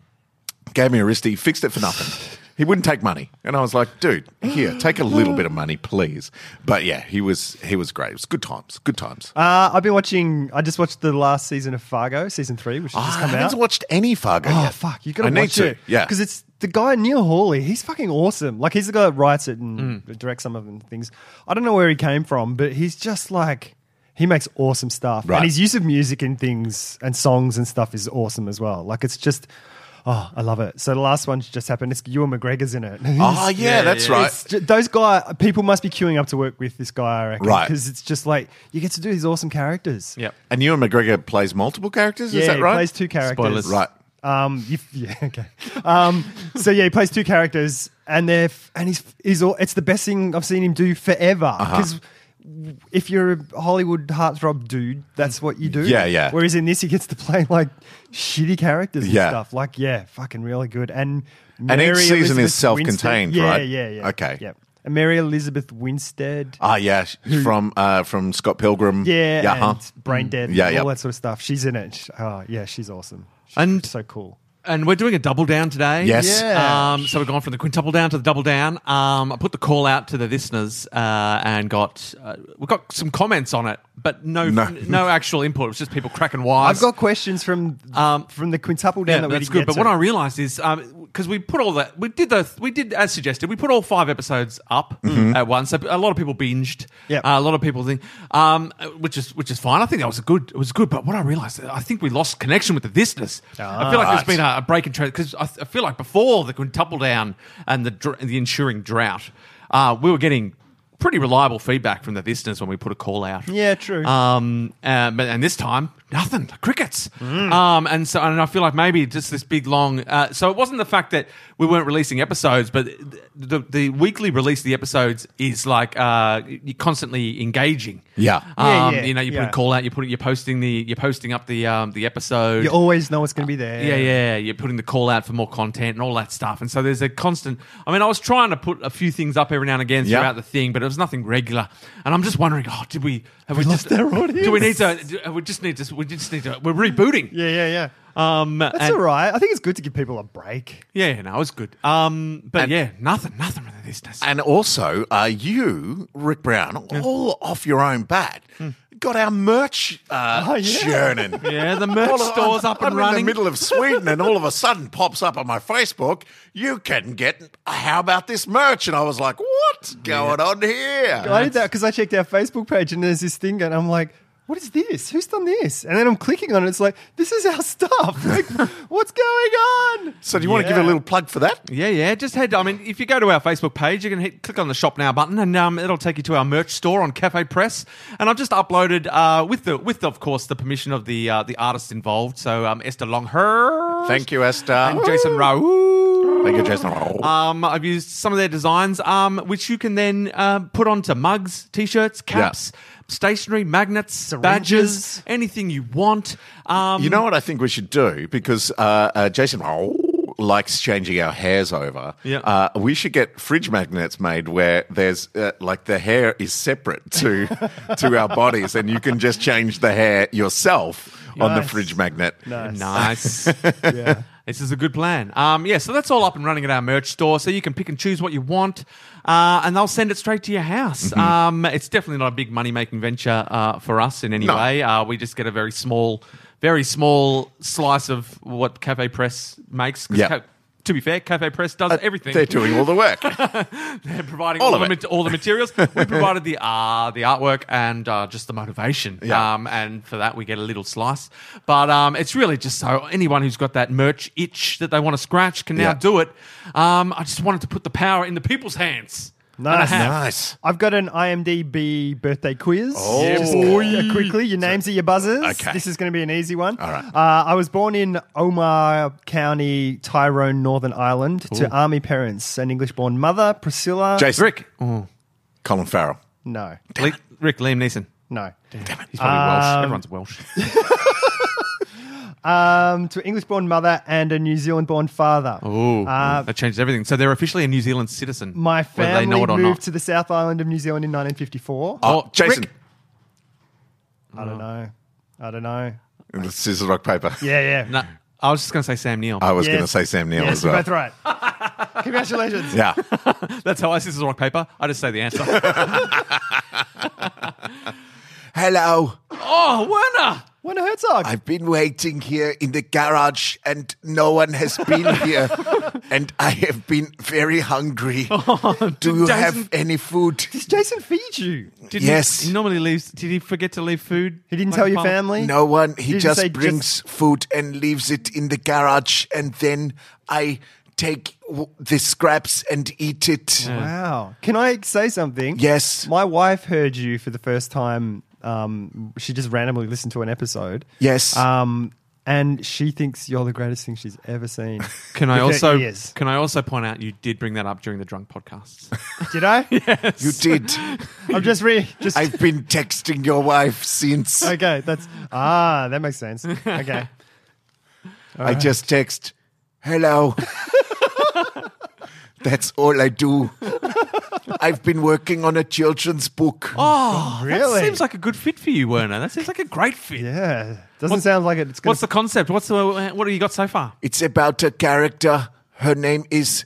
S1: gave me a wristy, fixed it for nothing. He wouldn't take money, and I was like, "Dude, here, take a little bit of money, please." But yeah, he was he was great. It was good times, good times.
S2: Uh, I've been watching. I just watched the last season of Fargo, season three, which has just
S1: Ah, I
S2: come out.
S1: haven't watched any Fargo.
S2: Oh
S1: yet.
S2: fuck, you
S1: I
S2: gotta
S1: need
S2: watch
S1: to,
S2: it.
S1: Yeah,
S2: because it's the guy Neil Hawley. He's fucking awesome. Like he's the guy that writes it and
S1: Mm.
S2: directs some of them things. I don't know where he came from, but he's just like he makes awesome stuff,
S1: Right.
S2: and his use of music and things and songs and stuff is awesome as well. Like it's just. Oh, I love it. So the last one's just happened. It's Ewan McGregor's in it.
S1: oh yeah, that's
S6: yeah.
S1: right.
S2: It's ju- those guy people must be queuing up to work with this guy, I reckon.
S1: Right.
S2: Because it's just like you get to do these awesome characters.
S6: Yep.
S1: And Ewan McGregor plays multiple characters.
S2: Yeah,
S1: is that right?
S2: he plays two characters.
S6: Spoilers.
S1: right.
S2: Um, you, yeah, okay. Um, so yeah, he plays two characters, and they're f- and he's he's all, it's the best thing I've seen him do forever.
S1: Uh-huh.
S2: Because if you're a Hollywood heartthrob dude, that's what you do.
S1: Yeah, yeah.
S2: Whereas in this, he gets to play like shitty characters and
S1: Yeah.
S2: stuff. Like yeah, fucking really good. And
S1: And each
S2: Mary
S1: season is
S2: Elizabeth Winstead-
S1: self-contained,
S2: yeah,
S1: right?
S2: Yeah, yeah.
S1: Okay.
S2: Yep. And Mary Elizabeth Winstead.
S1: Ah, yeah, sh- from uh, from Scott Pilgrim.
S2: Yeah,
S1: yeah, huh?
S2: and Brain Dead,
S1: Yeah,
S2: all
S1: yeah.
S2: that sort of stuff. She's in it. She- Oh, yeah, she's awesome. She's
S6: And-
S2: so cool.
S6: And we're doing a double down today.
S1: Yes.
S2: Yeah.
S6: Um, so we've gone from the quintuple down to the double down. Um, I put the call out to the listeners uh, and got uh, we got some comments on it, but no,
S1: No.
S6: no, actual input. It was just people cracking wise.
S2: I've got questions from
S6: Um,
S2: from the quintuple down
S6: yeah,
S2: that we
S6: that's
S2: didn't
S6: good.
S2: get
S6: But
S2: to.
S6: what I realised is because we put all that we did the we did as suggested we put all five episodes up at once. So a lot of people binged.
S2: Yep.
S6: Uh, a lot of people think, um, which is which is fine. I think that was a good. It was good. But what I realised, I think we lost connection with the thisness. I feel like
S1: right.
S6: there's been a, a break in trade because I, I feel like before the quintuple down and the dr- the ensuing drought, uh, we were getting. Pretty reliable feedback from the listeners when we put a call out.
S2: Yeah, true.
S6: Um, uh, but and this time nothing, crickets.
S2: Mm.
S6: Um, and so and I feel like maybe just this big long. Uh, so it wasn't the fact that we weren't releasing episodes, but the the, the weekly release of the episodes is like uh, you're constantly engaging.
S1: Yeah.
S2: Yeah,
S6: Um,
S2: yeah,
S6: you know, you
S2: yeah.
S6: put a call out, you put it, you're posting the, you're posting up the um, the episode.
S2: you always know it's going to be there.
S6: Yeah, yeah, you're putting the call out for more content and all that stuff. And so there's a constant. I mean, I was trying to put a few things up every now and again
S1: Yeah.
S6: throughout the thing, but it was nothing regular. And I'm just wondering, oh, did we have we,
S2: lost
S6: just,
S2: our audience.
S6: Do we need to? Do, we just need to. We just need to. We're rebooting.
S2: yeah, yeah, yeah.
S6: Um,
S2: That's all right. I think it's good to give people a break.
S6: Yeah, no, it was good. Um, but yeah, nothing, nothing with this. this-
S1: And also, uh, you, Rick Brown,
S2: Hmm.
S1: all off your own bat, got our merch uh,
S2: Oh, yeah.
S1: churning.
S6: Yeah, the merch
S1: All of-
S6: store's
S1: I'm-
S6: up and
S1: I'm in
S6: running.
S1: the middle of Sweden, and all of a sudden pops up on my Facebook. You can get how about this merch? And I was like, what's going on here?
S2: I did that because I checked our Facebook page and there's this thing, and I'm like, what is this? Who's done this? And then I'm clicking on it. It's like, this is our stuff. Like, what's going on?
S1: So, do you want to give
S2: Yeah.
S1: a little plug for that?
S6: Yeah, yeah. Just head. I mean, if you go to our Facebook page, you can hit, click on the shop now button, and um, it'll take you to our merch store on Cafe Press. And I've just uploaded uh, with the with of course the permission of the uh, the artists involved. So um, Esther Longher,
S1: Thank you, Esther.
S6: and Jason Raoul.
S1: Thank you, Jason.
S6: Um, I've used some of their designs, um, which you can then uh, put onto mugs, t-shirts, caps, stationery, magnets, badges, anything you want. Um,
S1: You know what I think we should do because uh, uh, Jason likes changing our hairs over.
S6: Yeah.
S1: Uh, we should get fridge magnets made where there's uh, like the hair is separate to to our bodies, and you can just change the hair yourself on the
S2: Nice.
S1: fridge magnet.
S2: Nice.
S6: nice.
S2: Yeah.
S6: This is a good plan. Um, yeah, so that's all up and running at our merch store. So you can pick and choose what you want, uh, and they'll send it straight to your house.
S3: Mm-hmm.
S6: Um, it's definitely not a big money making venture uh, for us in any
S1: No.
S6: way. Uh, we just get a very small, very small slice of what Cafe Press makes. 'Cause
S1: Yeah.
S6: Ca-
S3: to be fair, Cafe Press does everything.
S1: They're doing all the work.
S3: They're providing
S1: all
S3: all,
S1: of
S3: the,
S1: it.
S3: mat- all the materials. we provided the uh, the artwork and uh, just the motivation.
S1: Yeah.
S3: Um, and for that, we get a little slice. But um, it's really just so anyone who's got that merch itch that they want to scratch can now
S1: Yeah.
S3: do it. Um, I just wanted to put the power in the people's hands. And I
S2: Nice.
S3: have.
S1: nice.
S2: I've got an IMDb birthday quiz. Oh, quickly, your names are your buzzers.
S1: Okay.
S2: This is going to be an easy one. All
S1: right.
S2: Uh, I was born in Omar County, Tyrone, Northern Ireland, to army parents, an English-born mother, Priscilla.
S1: Jason. Mm.
S3: Rick. Oh,
S1: Colin Farrell.
S2: no,
S3: Le- Rick, Liam Neeson.
S2: no.
S3: He's probably Welsh. Everyone's Welsh.
S2: Um, to English-born mother and a New Zealand-born father.
S3: Ooh, that changes everything. So they're officially a New Zealand citizen.
S2: uh, My
S3: whether
S2: family
S3: they know it or
S2: moved
S3: not.
S2: to the South Island of New Zealand in 1954.
S1: Oh,
S3: Oh,
S1: Jason.
S3: Rick.
S2: I don't know. I don't know.
S1: In the scissor rock paper.
S2: Yeah, yeah.
S3: No, I was just going to say Sam Neill.
S1: I was
S2: Yes.
S1: going to say Sam Neill as
S2: yes,
S1: well.
S2: You're both right. Congratulations.
S1: Yeah.
S3: That's how I scissors rock paper. I just say the answer.
S1: Hello.
S3: oh, Werner.
S2: Werner Herzog.
S1: I've been waiting here in the garage and no one has been here. and I have been very hungry. Do you have
S3: Jason-
S1: any food?
S2: Does Jason feed you?
S3: Did
S1: Yes.
S3: He, he normally leaves. Did he forget to leave food?
S2: He didn't
S3: Like
S2: tell
S3: a
S2: your
S3: farmer?
S2: family?
S1: No one.
S2: Did
S1: He
S2: you
S1: just
S2: say
S1: brings food and leaves it in the garage. And then I take w- the scraps and eat it.
S2: Wow. Can I say something?
S1: Yes.
S2: My wife heard you for the first time. Um, she just randomly listened to an episode.
S1: Yes.
S2: Um, and she thinks you're the greatest thing she's ever seen.
S3: Can I
S2: With her
S3: also
S2: ears.
S3: can I also point out you did bring that up during the drunk podcast?
S2: Did I?
S1: you did.
S2: I'm just re just
S1: I've been texting your wife since.
S2: okay. That's ah, that makes sense. Okay.
S1: I just text, hello. That's all I do. I've been working on a children's book.
S3: Oh,
S2: Really?
S3: That seems like a good fit for you, Werner. That seems like a great fit.
S2: Yeah. Doesn't sound like it. It's gonna
S3: What's the concept? What's the what have you got so far?
S1: It's about a character. Her name is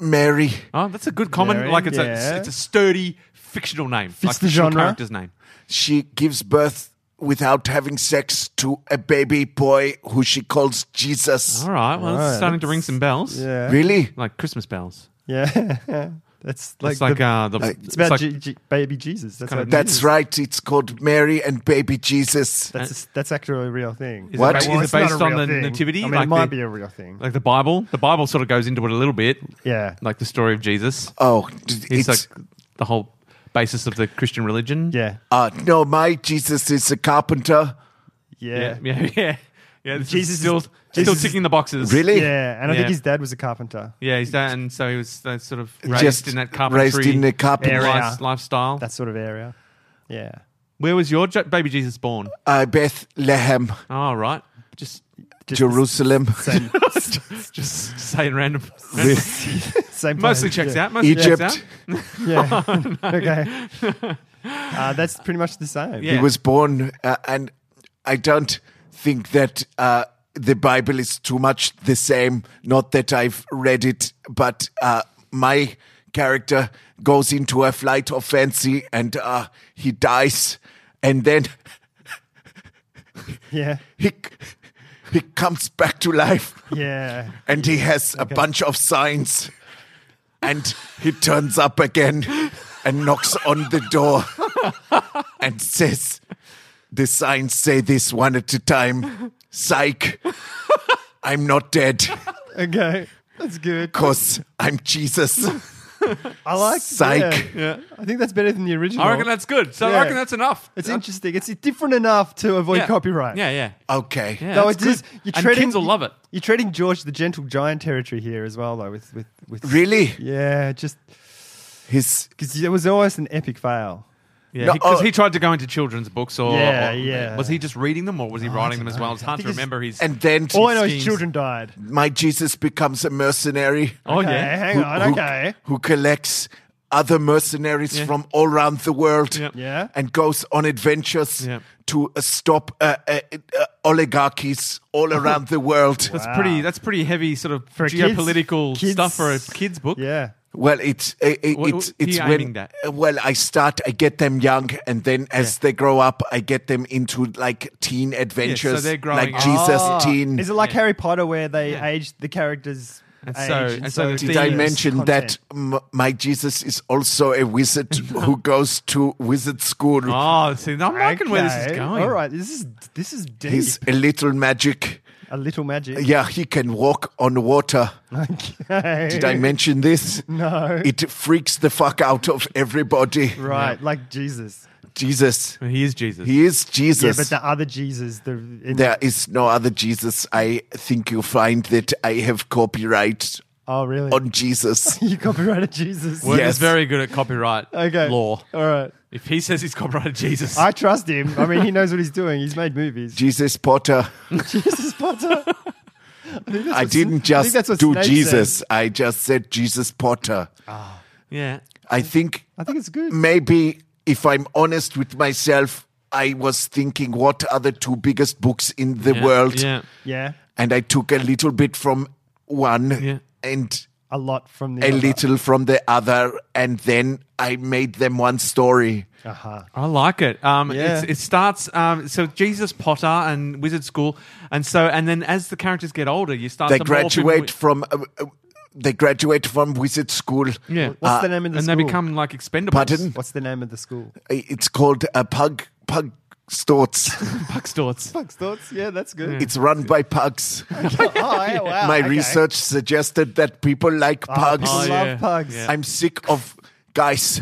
S1: Mary.
S3: Oh, that's a good common.
S2: Very,
S3: like it's
S2: yeah.
S3: a it's a sturdy fictional name. like
S2: Fits the
S3: fictional
S2: genre.
S3: character's name.
S1: She gives birth without having sex to a baby boy who she calls Jesus.
S6: Oh.
S3: All right. Well,
S2: Alright,
S3: it's starting to
S2: that's-
S3: ring some bells.
S2: yeah.
S1: Really?
S3: Like Christmas bells.
S2: Yeah. That's like,
S3: It's like,
S2: the-
S3: uh, the,
S1: like-
S2: it's about
S3: like-
S2: G- G- baby Jesus. That's
S3: Kinda-
S2: what it
S1: That's
S2: is.
S1: right. It's called Mary and Baby Jesus.
S2: That's that's actually a real thing.
S3: Uh, Is
S1: What?
S3: it, ba-
S1: Well,
S3: is
S2: it's
S3: it
S2: not
S3: based
S2: a
S3: on
S2: real
S3: the
S2: thing.
S3: nativity?
S2: I mean,
S3: like
S2: it might
S3: the,
S2: be a real thing.
S3: like the Bible. The Bible sort of goes into it a little bit,
S2: yeah.
S3: like the story of Jesus.
S1: Oh, d- it's.
S3: It's, like the whole basis of the Christian religion.
S2: yeah.
S1: uh, no, my Jesus is a carpenter.
S2: Yeah.
S3: yeah, yeah, yeah. yeah this
S2: Jesus
S3: is still
S2: is-
S3: still
S2: Jesus is-
S3: ticking the boxes.
S1: Really?
S2: Yeah, and I
S3: Yeah.
S2: think his dad was a carpenter.
S3: Yeah, he's done, and so he was uh, sort of raised
S1: Just
S3: in that
S1: raised
S3: carpentry
S1: in the carpentry.
S3: life-
S2: area.
S3: lifestyle.
S2: That sort of area. Yeah.
S3: Where was your jo- baby Jesus born?
S1: Uh, Bethlehem,
S3: Oh, right. Just
S2: Just
S1: Jerusalem.
S2: Same,
S3: just saying random.
S2: same
S3: mostly
S2: place.
S3: checks
S2: yeah.
S3: out. Mostly checks out.
S1: Egypt.
S2: Yeah. okay. Uh, that's pretty much the same.
S3: Yeah.
S1: He was born, uh, and I don't think that uh, the Bible is too much the same. Not that I've read it, but uh, my character goes into a flight of fancy and uh, he dies, and then
S2: Yeah.
S1: he he comes back to life,
S2: Yeah.
S1: and he has a bunch of signs, and he turns up again and knocks on the door and says, The signs say this one at a time. Psych. I'm not dead
S2: Okay. That's good.
S1: because I'm Jesus.
S2: I like
S1: Psych.
S2: Yeah. I think that's better than the original.
S3: I reckon that's good. So
S2: Yeah.
S3: I reckon that's enough.
S2: it's interesting. It's different enough to avoid
S3: Yeah.
S2: copyright.
S3: Yeah, yeah.
S1: Okay.
S3: Yeah,
S2: Though
S3: that's
S2: it is-
S3: good.
S2: you're
S3: and
S2: treading-
S3: kids will love it.
S2: You're treating George the gentle giant territory here as well, though. With with with
S1: Really?
S2: yeah, just
S1: His
S2: because it was almost an epic fail.
S3: Yeah,
S1: No,
S3: because
S1: oh.
S3: he, tried to go into children's books, or
S2: Yeah,
S3: or-
S2: yeah.
S3: Oh, Was he just reading them, or was he writing them as well? It's hard
S2: think
S3: to
S2: it's-
S3: remember. His
S1: and then
S2: All Oh, I know is
S3: schemes.
S2: children died.
S1: my Jesus becomes a mercenary.
S3: oh
S2: Okay,
S3: yeah,
S2: hang on. Okay.
S1: Who collects other mercenaries from all around the world
S3: Yeah.
S2: Yeah.
S1: and goes on adventures
S3: Yeah.
S1: to uh, stop uh, uh, uh, oligarchies all around the world.
S3: that's pretty. That's pretty heavy sort of
S2: For a kid's-
S3: geopolitical
S2: kid's-
S3: stuff for a kids book.
S2: Yeah.
S1: Well, it's uh, it,
S3: What-
S1: it's
S3: what-
S1: it's
S3: you
S1: when
S3: aiming that?
S1: uh, well I start I get them young and then as they grow up I get them into like teen adventures
S3: they're
S1: like
S3: growing up. Ah,
S1: Jesus teen
S2: Oh, Is it like
S3: Yeah.
S2: Harry Potter where they
S3: Yeah.
S2: aged the characters
S3: And so,
S2: Age and
S3: and so the
S2: so-
S1: Did
S3: theme
S1: I
S3: is-
S1: mention
S2: content.
S1: that m- my Jesus is also a wizard who goes to wizard school?
S3: Oh, see, I'm liking where this is
S2: Okay.
S3: going.
S2: All right, this is this is deep.
S1: He's a little magic.
S2: a little magic.
S1: Yeah, he can walk on water.
S2: Okay.
S1: Did I mention this?
S2: No.
S1: It freaks the fuck out of everybody.
S2: Right, like Jesus.
S1: Jesus.
S3: He is Jesus.
S1: He is
S2: Yeah,
S1: Jesus.
S2: but the other Jesus, the in,
S1: there is no other Jesus. I think you'll find that I have copyright
S2: oh really?
S1: on Jesus.
S2: you copyrighted Jesus.
S3: Word
S1: Yes.
S3: is very good at copyright
S2: Okay. Uh,
S3: law.
S2: All right.
S3: If he says he's copyrighted Jesus,
S2: I trust him. I mean, he knows what he's doing. He's made movies.
S1: Jesus Potter.
S2: Jesus Potter.
S1: I didn't
S2: I think
S1: just
S2: that's what
S1: do
S2: Snape
S1: Jesus. I just said Jesus Potter.
S3: yeah,
S1: I think
S2: I think it's good.
S1: maybe if I'm honest with myself, I was thinking what are the two biggest books in the
S3: yeah,
S1: world?
S3: Yeah,
S2: Yeah,
S1: And I took a little bit from one
S3: Yeah.
S1: and
S2: a lot from the
S1: a
S2: other.
S1: little from the other, and then I made them one story.
S2: Uh-huh.
S3: I like it. Um,
S2: Yeah.
S3: it's, it starts. Um, so Jesus Potter and Wizard School, and so and then as the characters get older, you start.
S1: They
S3: to morph in
S1: graduate
S3: wi-
S1: from uh, uh, they graduate from wizard school.
S3: Yeah.
S2: What's the name of the
S3: and
S2: school?
S3: they become like expendables.
S1: Pardon?
S2: What's the name of the school?
S1: It's called uh, Pug Pug Storts.
S3: Buckstorts.
S2: Pugs thoughts. Yeah, that's good.
S3: Hmm.
S1: it's run by pugs.
S2: oh, yeah, wow.
S1: My
S2: okay. Ah,
S1: research suggested that people like pugs.
S2: people
S3: Oh,
S2: love
S3: yeah.
S2: pugs.
S3: Yeah.
S1: I'm sick of guys.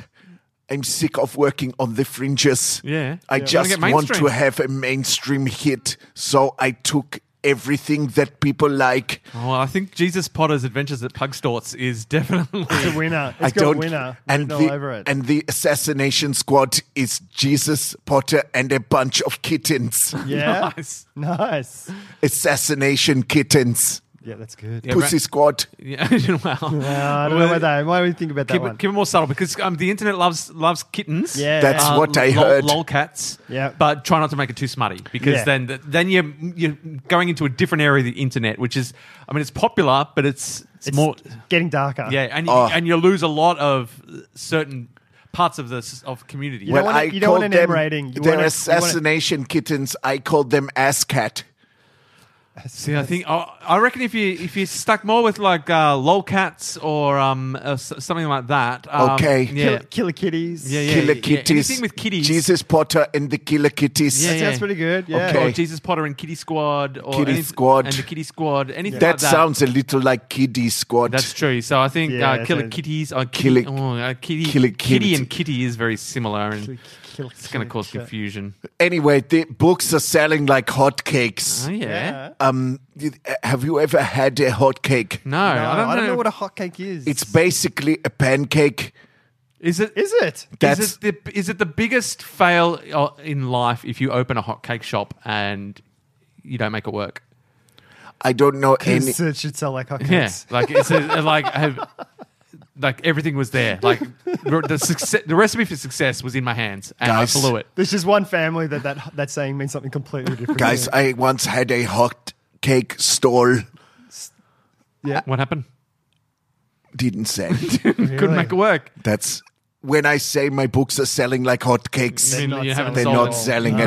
S1: I'm sick of working on the fringes. I
S3: Yeah. Yeah. Wanna
S1: just
S3: get
S1: want to
S3: mainstream.
S1: have a mainstream hit. So I took everything that people like.
S3: Oh, well, I think Jesus Potter's Adventures at Pugstorts is definitely.
S2: It's a winner. It's
S1: I
S2: got
S1: don't.
S2: winner.
S1: And
S2: Written
S1: the
S2: all over it.
S1: and the assassination squad is Jesus Potter and a bunch of kittens.
S2: yeah,
S3: Nice.
S2: nice.
S1: assassination kittens.
S2: Yeah, that's good.
S3: Yeah,
S1: Pussy
S3: right.
S1: squad.
S3: Yeah, wow.
S2: Uh, I don't know about that. Why do we think about that
S3: Keep
S2: one?
S3: it, keep it more subtle because um, the internet loves loves kittens.
S2: yeah,
S1: That's
S2: yeah.
S1: what- I
S3: lol-
S1: heard.
S3: Lolcats.
S2: Yeah.
S3: But try not to make it too smutty because
S2: Yeah.
S3: then th- then you're, you're going into a different area of the internet, which is, I mean, it's popular, but it's, it's,
S2: it's
S3: more.
S2: getting darker.
S3: Yeah. And,
S1: Oh.
S3: and you lose a lot of certain parts of the s- of community.
S2: You don't
S1: Well,
S2: wanna- you don't
S1: called
S2: want an M
S1: them-
S2: rating. You
S1: They're
S2: wanna- you wanna-
S1: assassination kittens. I called them ass cat.
S3: See, I think I, I reckon if you if you stuck more with like uh, lolcats or um uh, s- something like that. Um,
S1: Okay.
S3: Yeah.
S2: Killer, killer kitties.
S3: Yeah, yeah.
S1: Killer kitties.
S3: anything with kitties.
S1: Jesus Potter and the killer kitties.
S3: Yeah,
S2: That sounds pretty good. Yeah.
S1: Okay.
S3: Or Jesus Potter and Kitty Squad, or
S1: Kitty
S3: anyth-
S1: Squad.
S3: and the Kitty Squad, anything
S1: That
S3: like that.
S1: sounds a little like kiddie squad.
S3: That's true. So I think
S2: Yeah,
S3: uh, Killer
S2: so-
S3: Kitties, or
S1: Killer-
S3: Kitty, oh, uh, kitty,
S1: Killer
S3: kitty,
S1: Kitty.
S3: and Kitty is very similar, and
S2: Killer
S3: it's going to cause
S2: kitties.
S3: confusion.
S1: anyway, the books are selling like hotcakes.
S3: Oh yeah.
S2: Yeah.
S1: Um, you- uh, have you ever had a hotcake?
S3: No,
S2: No,
S3: I don't, know.
S2: what a hotcake is.
S1: It's basically a pancake.
S3: is it?
S2: is it?
S1: That's
S3: is it the is it the biggest fail uh, in life if you open a hotcake shop and you don't make it work?
S1: I don't know any.
S2: It should sell like hotcakes.
S3: Yeah, like it's a, like have, like everything was there. Like re- the success, the recipe for success was in my hands, and
S1: Guys.
S3: I blew it.
S2: There's just one family that, that that saying means something completely different.
S1: Guys, I once had a hot cake stall.
S2: yeah,
S3: What happened?
S1: Didn't say.
S3: Couldn't make it work.
S1: That's when I say my books are selling like hotcakes.
S2: They're not Ah.
S3: you haven't
S1: They're
S2: selling.
S3: sold
S1: not
S3: it all.
S1: selling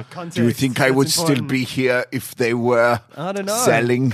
S1: at all.
S3: So,
S1: Do you think I would still be here if they were
S2: I don't know.
S1: selling?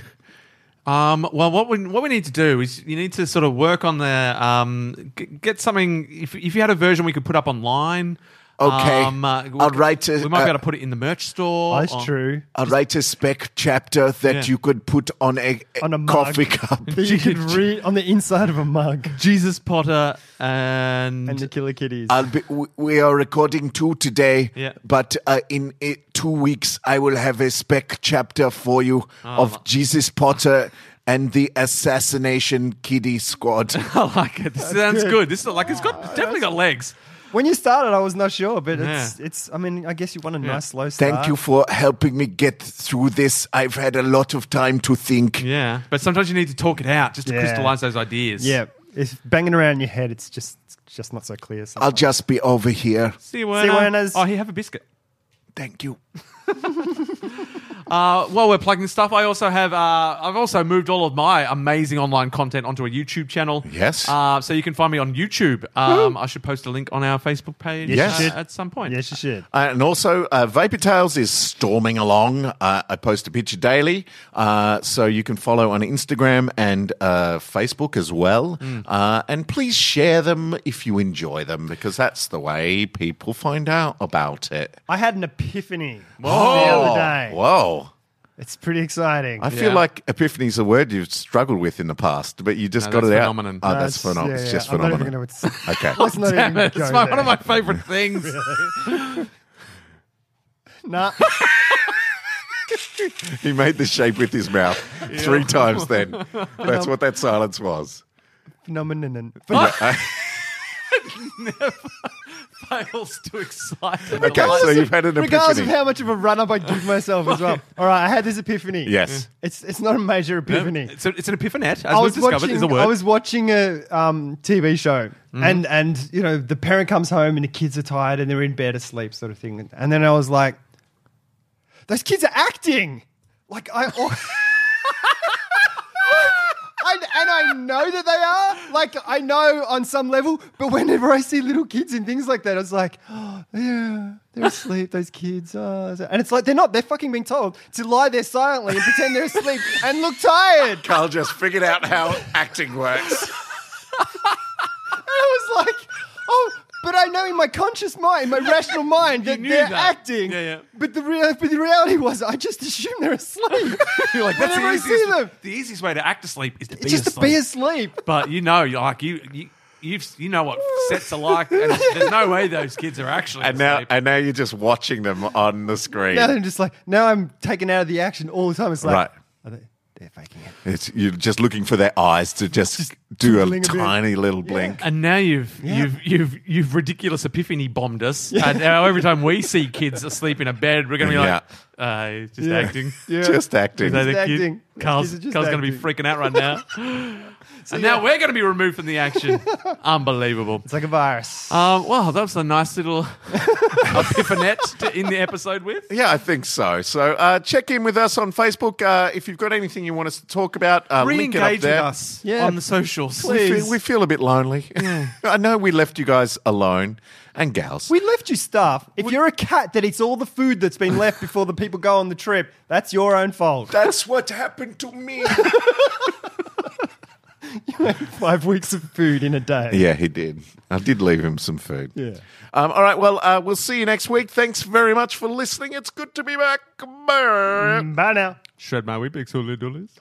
S3: Um, well, what we what we need to do is you need to sort of work on the um, g- get something. If if you had a version we could put up online, Um, uh,
S1: Okay.
S3: we
S1: I'll
S3: could-
S1: write a-
S3: we might be
S1: uh,
S3: able to put it in the merch store.
S2: That's
S3: or-
S2: true.
S1: I'll write a spec chapter that
S3: Yeah.
S1: you could put on a, a
S2: On a mug.
S1: coffee cup.
S2: That you could read on the inside of a mug
S3: Jesus Potter and,
S2: and the killer kitties.
S1: I'll be, w- we are recording two today,
S3: Yeah.
S1: but uh, in uh, two weeks I will have a spec chapter for you
S3: Ah,
S1: of Jesus Potter and the Assassination Kiddie Squad.
S3: I like it. This sounds
S2: good.
S3: good. This is like it's
S1: Oh,
S3: got definitely got legs.
S2: when you started, I was not sure, but it's it's. I mean, I guess you want a nice slow start.
S1: Thank you for helping me get through this. I've had a lot of time to think.
S3: Yeah, but sometimes you need to talk it out just to
S2: Yeah.
S3: crystallize those ideas.
S2: Yeah, if banging around in your head, it's just it's just not so clear.
S1: I'll
S2: sometimes.
S1: just be over here.
S6: Oh,
S3: See you, Werner.
S2: See you, Werners.
S3: Oh, here, have a biscuit.
S1: Thank you.
S6: Uh, while we're plugging stuff, I also have uh, I've also moved all of my amazing online content onto a YouTube channel.
S1: Yes.
S3: Ah,
S6: Uh, so you can find me on YouTube. Um, I should post a link on our Facebook page.
S1: Yes,
S6: uh,
S1: you
S2: should.
S6: at some point.
S2: Yes, you should.
S1: Uh, and also, uh, Vapor Tales is storming along. Uh, I post a picture daily, uh, so you can follow on Instagram and uh, Facebook as well.
S2: Mm.
S1: Uh, and please share them if you enjoy them, because that's the way people find out about it.
S2: I had an epiphany the
S1: Oh,
S2: other day.
S1: Whoa.
S2: It's pretty exciting.
S1: I feel
S6: Yeah.
S1: like epiphany is a word you've struggled with in the past, but you just
S6: No,
S1: got
S6: that's
S1: it out.
S6: phenomenon.
S1: Oh,
S6: No,
S1: that's
S2: That's-
S1: phenomenal.
S2: yeah,
S1: it's
S2: yeah.
S1: just
S2: I'm not even
S1: phenomenal.
S2: gonna- it's-
S1: Okay.
S2: Let's not even
S6: Damn it,
S2: go
S6: it's my,
S2: there.
S6: one of my favorite things.
S2: Nah.
S1: He made the shape with his mouth three times then. That's what that silence was.
S2: phenomenon.
S6: Fails to excite.
S1: Okay, so you've had an
S2: Regardless of
S1: epiphany.
S2: how much of a run up I give myself as well. All right, I had this epiphany.
S6: Mm.
S1: Yes.
S2: It's it's not a major epiphany.
S6: It's, a, it's an epiphanet, as
S2: I
S6: we've
S2: was
S6: discovered, is a
S2: watching.
S6: word. Mm-hmm.
S2: I was watching a um, TV show, and and you know the parent comes home and the kids are tired and they're in bed asleep, sort of thing. And then I was like, those kids are acting. Like I. I, and I know that they are. Like I know on some level, but whenever I see little kids and things like that, I was like, oh, yeah, they're asleep. Those kids, oh. and it's like they're not. They're fucking being told to lie there silently and pretend they're asleep and look tired.
S1: Carl just figured out how acting works.
S2: I was like, oh, but I know in my conscious mind, my rational mind, that
S6: knew
S2: they're
S6: that.
S2: acting.
S6: Yeah, yeah.
S2: But the real, but the reality was, I just assumed they're asleep.
S6: You're like, that's the
S2: Whenever I see
S6: easiest,
S2: them,
S6: the easiest way to act asleep is to be
S2: it's just to
S6: asleep.
S2: be asleep.
S6: But you know, you're like you, you, you've, you know what sets are like, and there's no way those kids are actually.
S1: And now,
S6: asleep.
S1: and now you're just watching them on the screen.
S2: Now I'm just like, now I'm taken out of the action all the time. It's like,
S1: Right.
S2: are they, they're faking it.
S1: It's, you're just looking for their eyes to just, do a
S2: twinkling a bit.
S1: tiny little blink.
S6: And now you've
S2: Yeah.
S6: you've you've you've ridiculous epiphany bombed us. And now every time we see kids asleep in a bed, we're gonna be like, uh, it's just
S2: Yeah.
S6: acting.
S2: Yeah.
S1: Just acting.
S6: They think
S2: acting.
S6: you-
S2: These
S6: Carl's,
S2: kids are just
S6: Carl's gonna be
S2: acting.
S6: freaking out right now. and now we're gonna be removed from the action. Unbelievable.
S2: It's like a virus.
S6: Um, well, that was a nice little epiphanet to end the episode with.
S1: Yeah, I think so. So uh, check in with us on Facebook uh, if you've got anything you want us to talk about. Uh, link it up
S6: Re-engage with
S1: there.
S6: us
S2: Yeah,
S6: on the socials.
S1: We
S2: please.
S1: feel, we feel a bit lonely. I know we left you guys alone and gals.
S2: we left you stuff. If you're a cat that eats all the food that's been left before the people go on the trip, that's your own fault.
S1: That's what happened to me.
S2: Five weeks of food in a day.
S1: yeah, he did. I did leave him some food.
S2: Yeah.
S1: Um, all right. Well, uh, we'll see you next week. Thanks very much for listening. It's good to be back. Bye.
S2: Bye now.
S6: Shred my whip, exhale, doolies.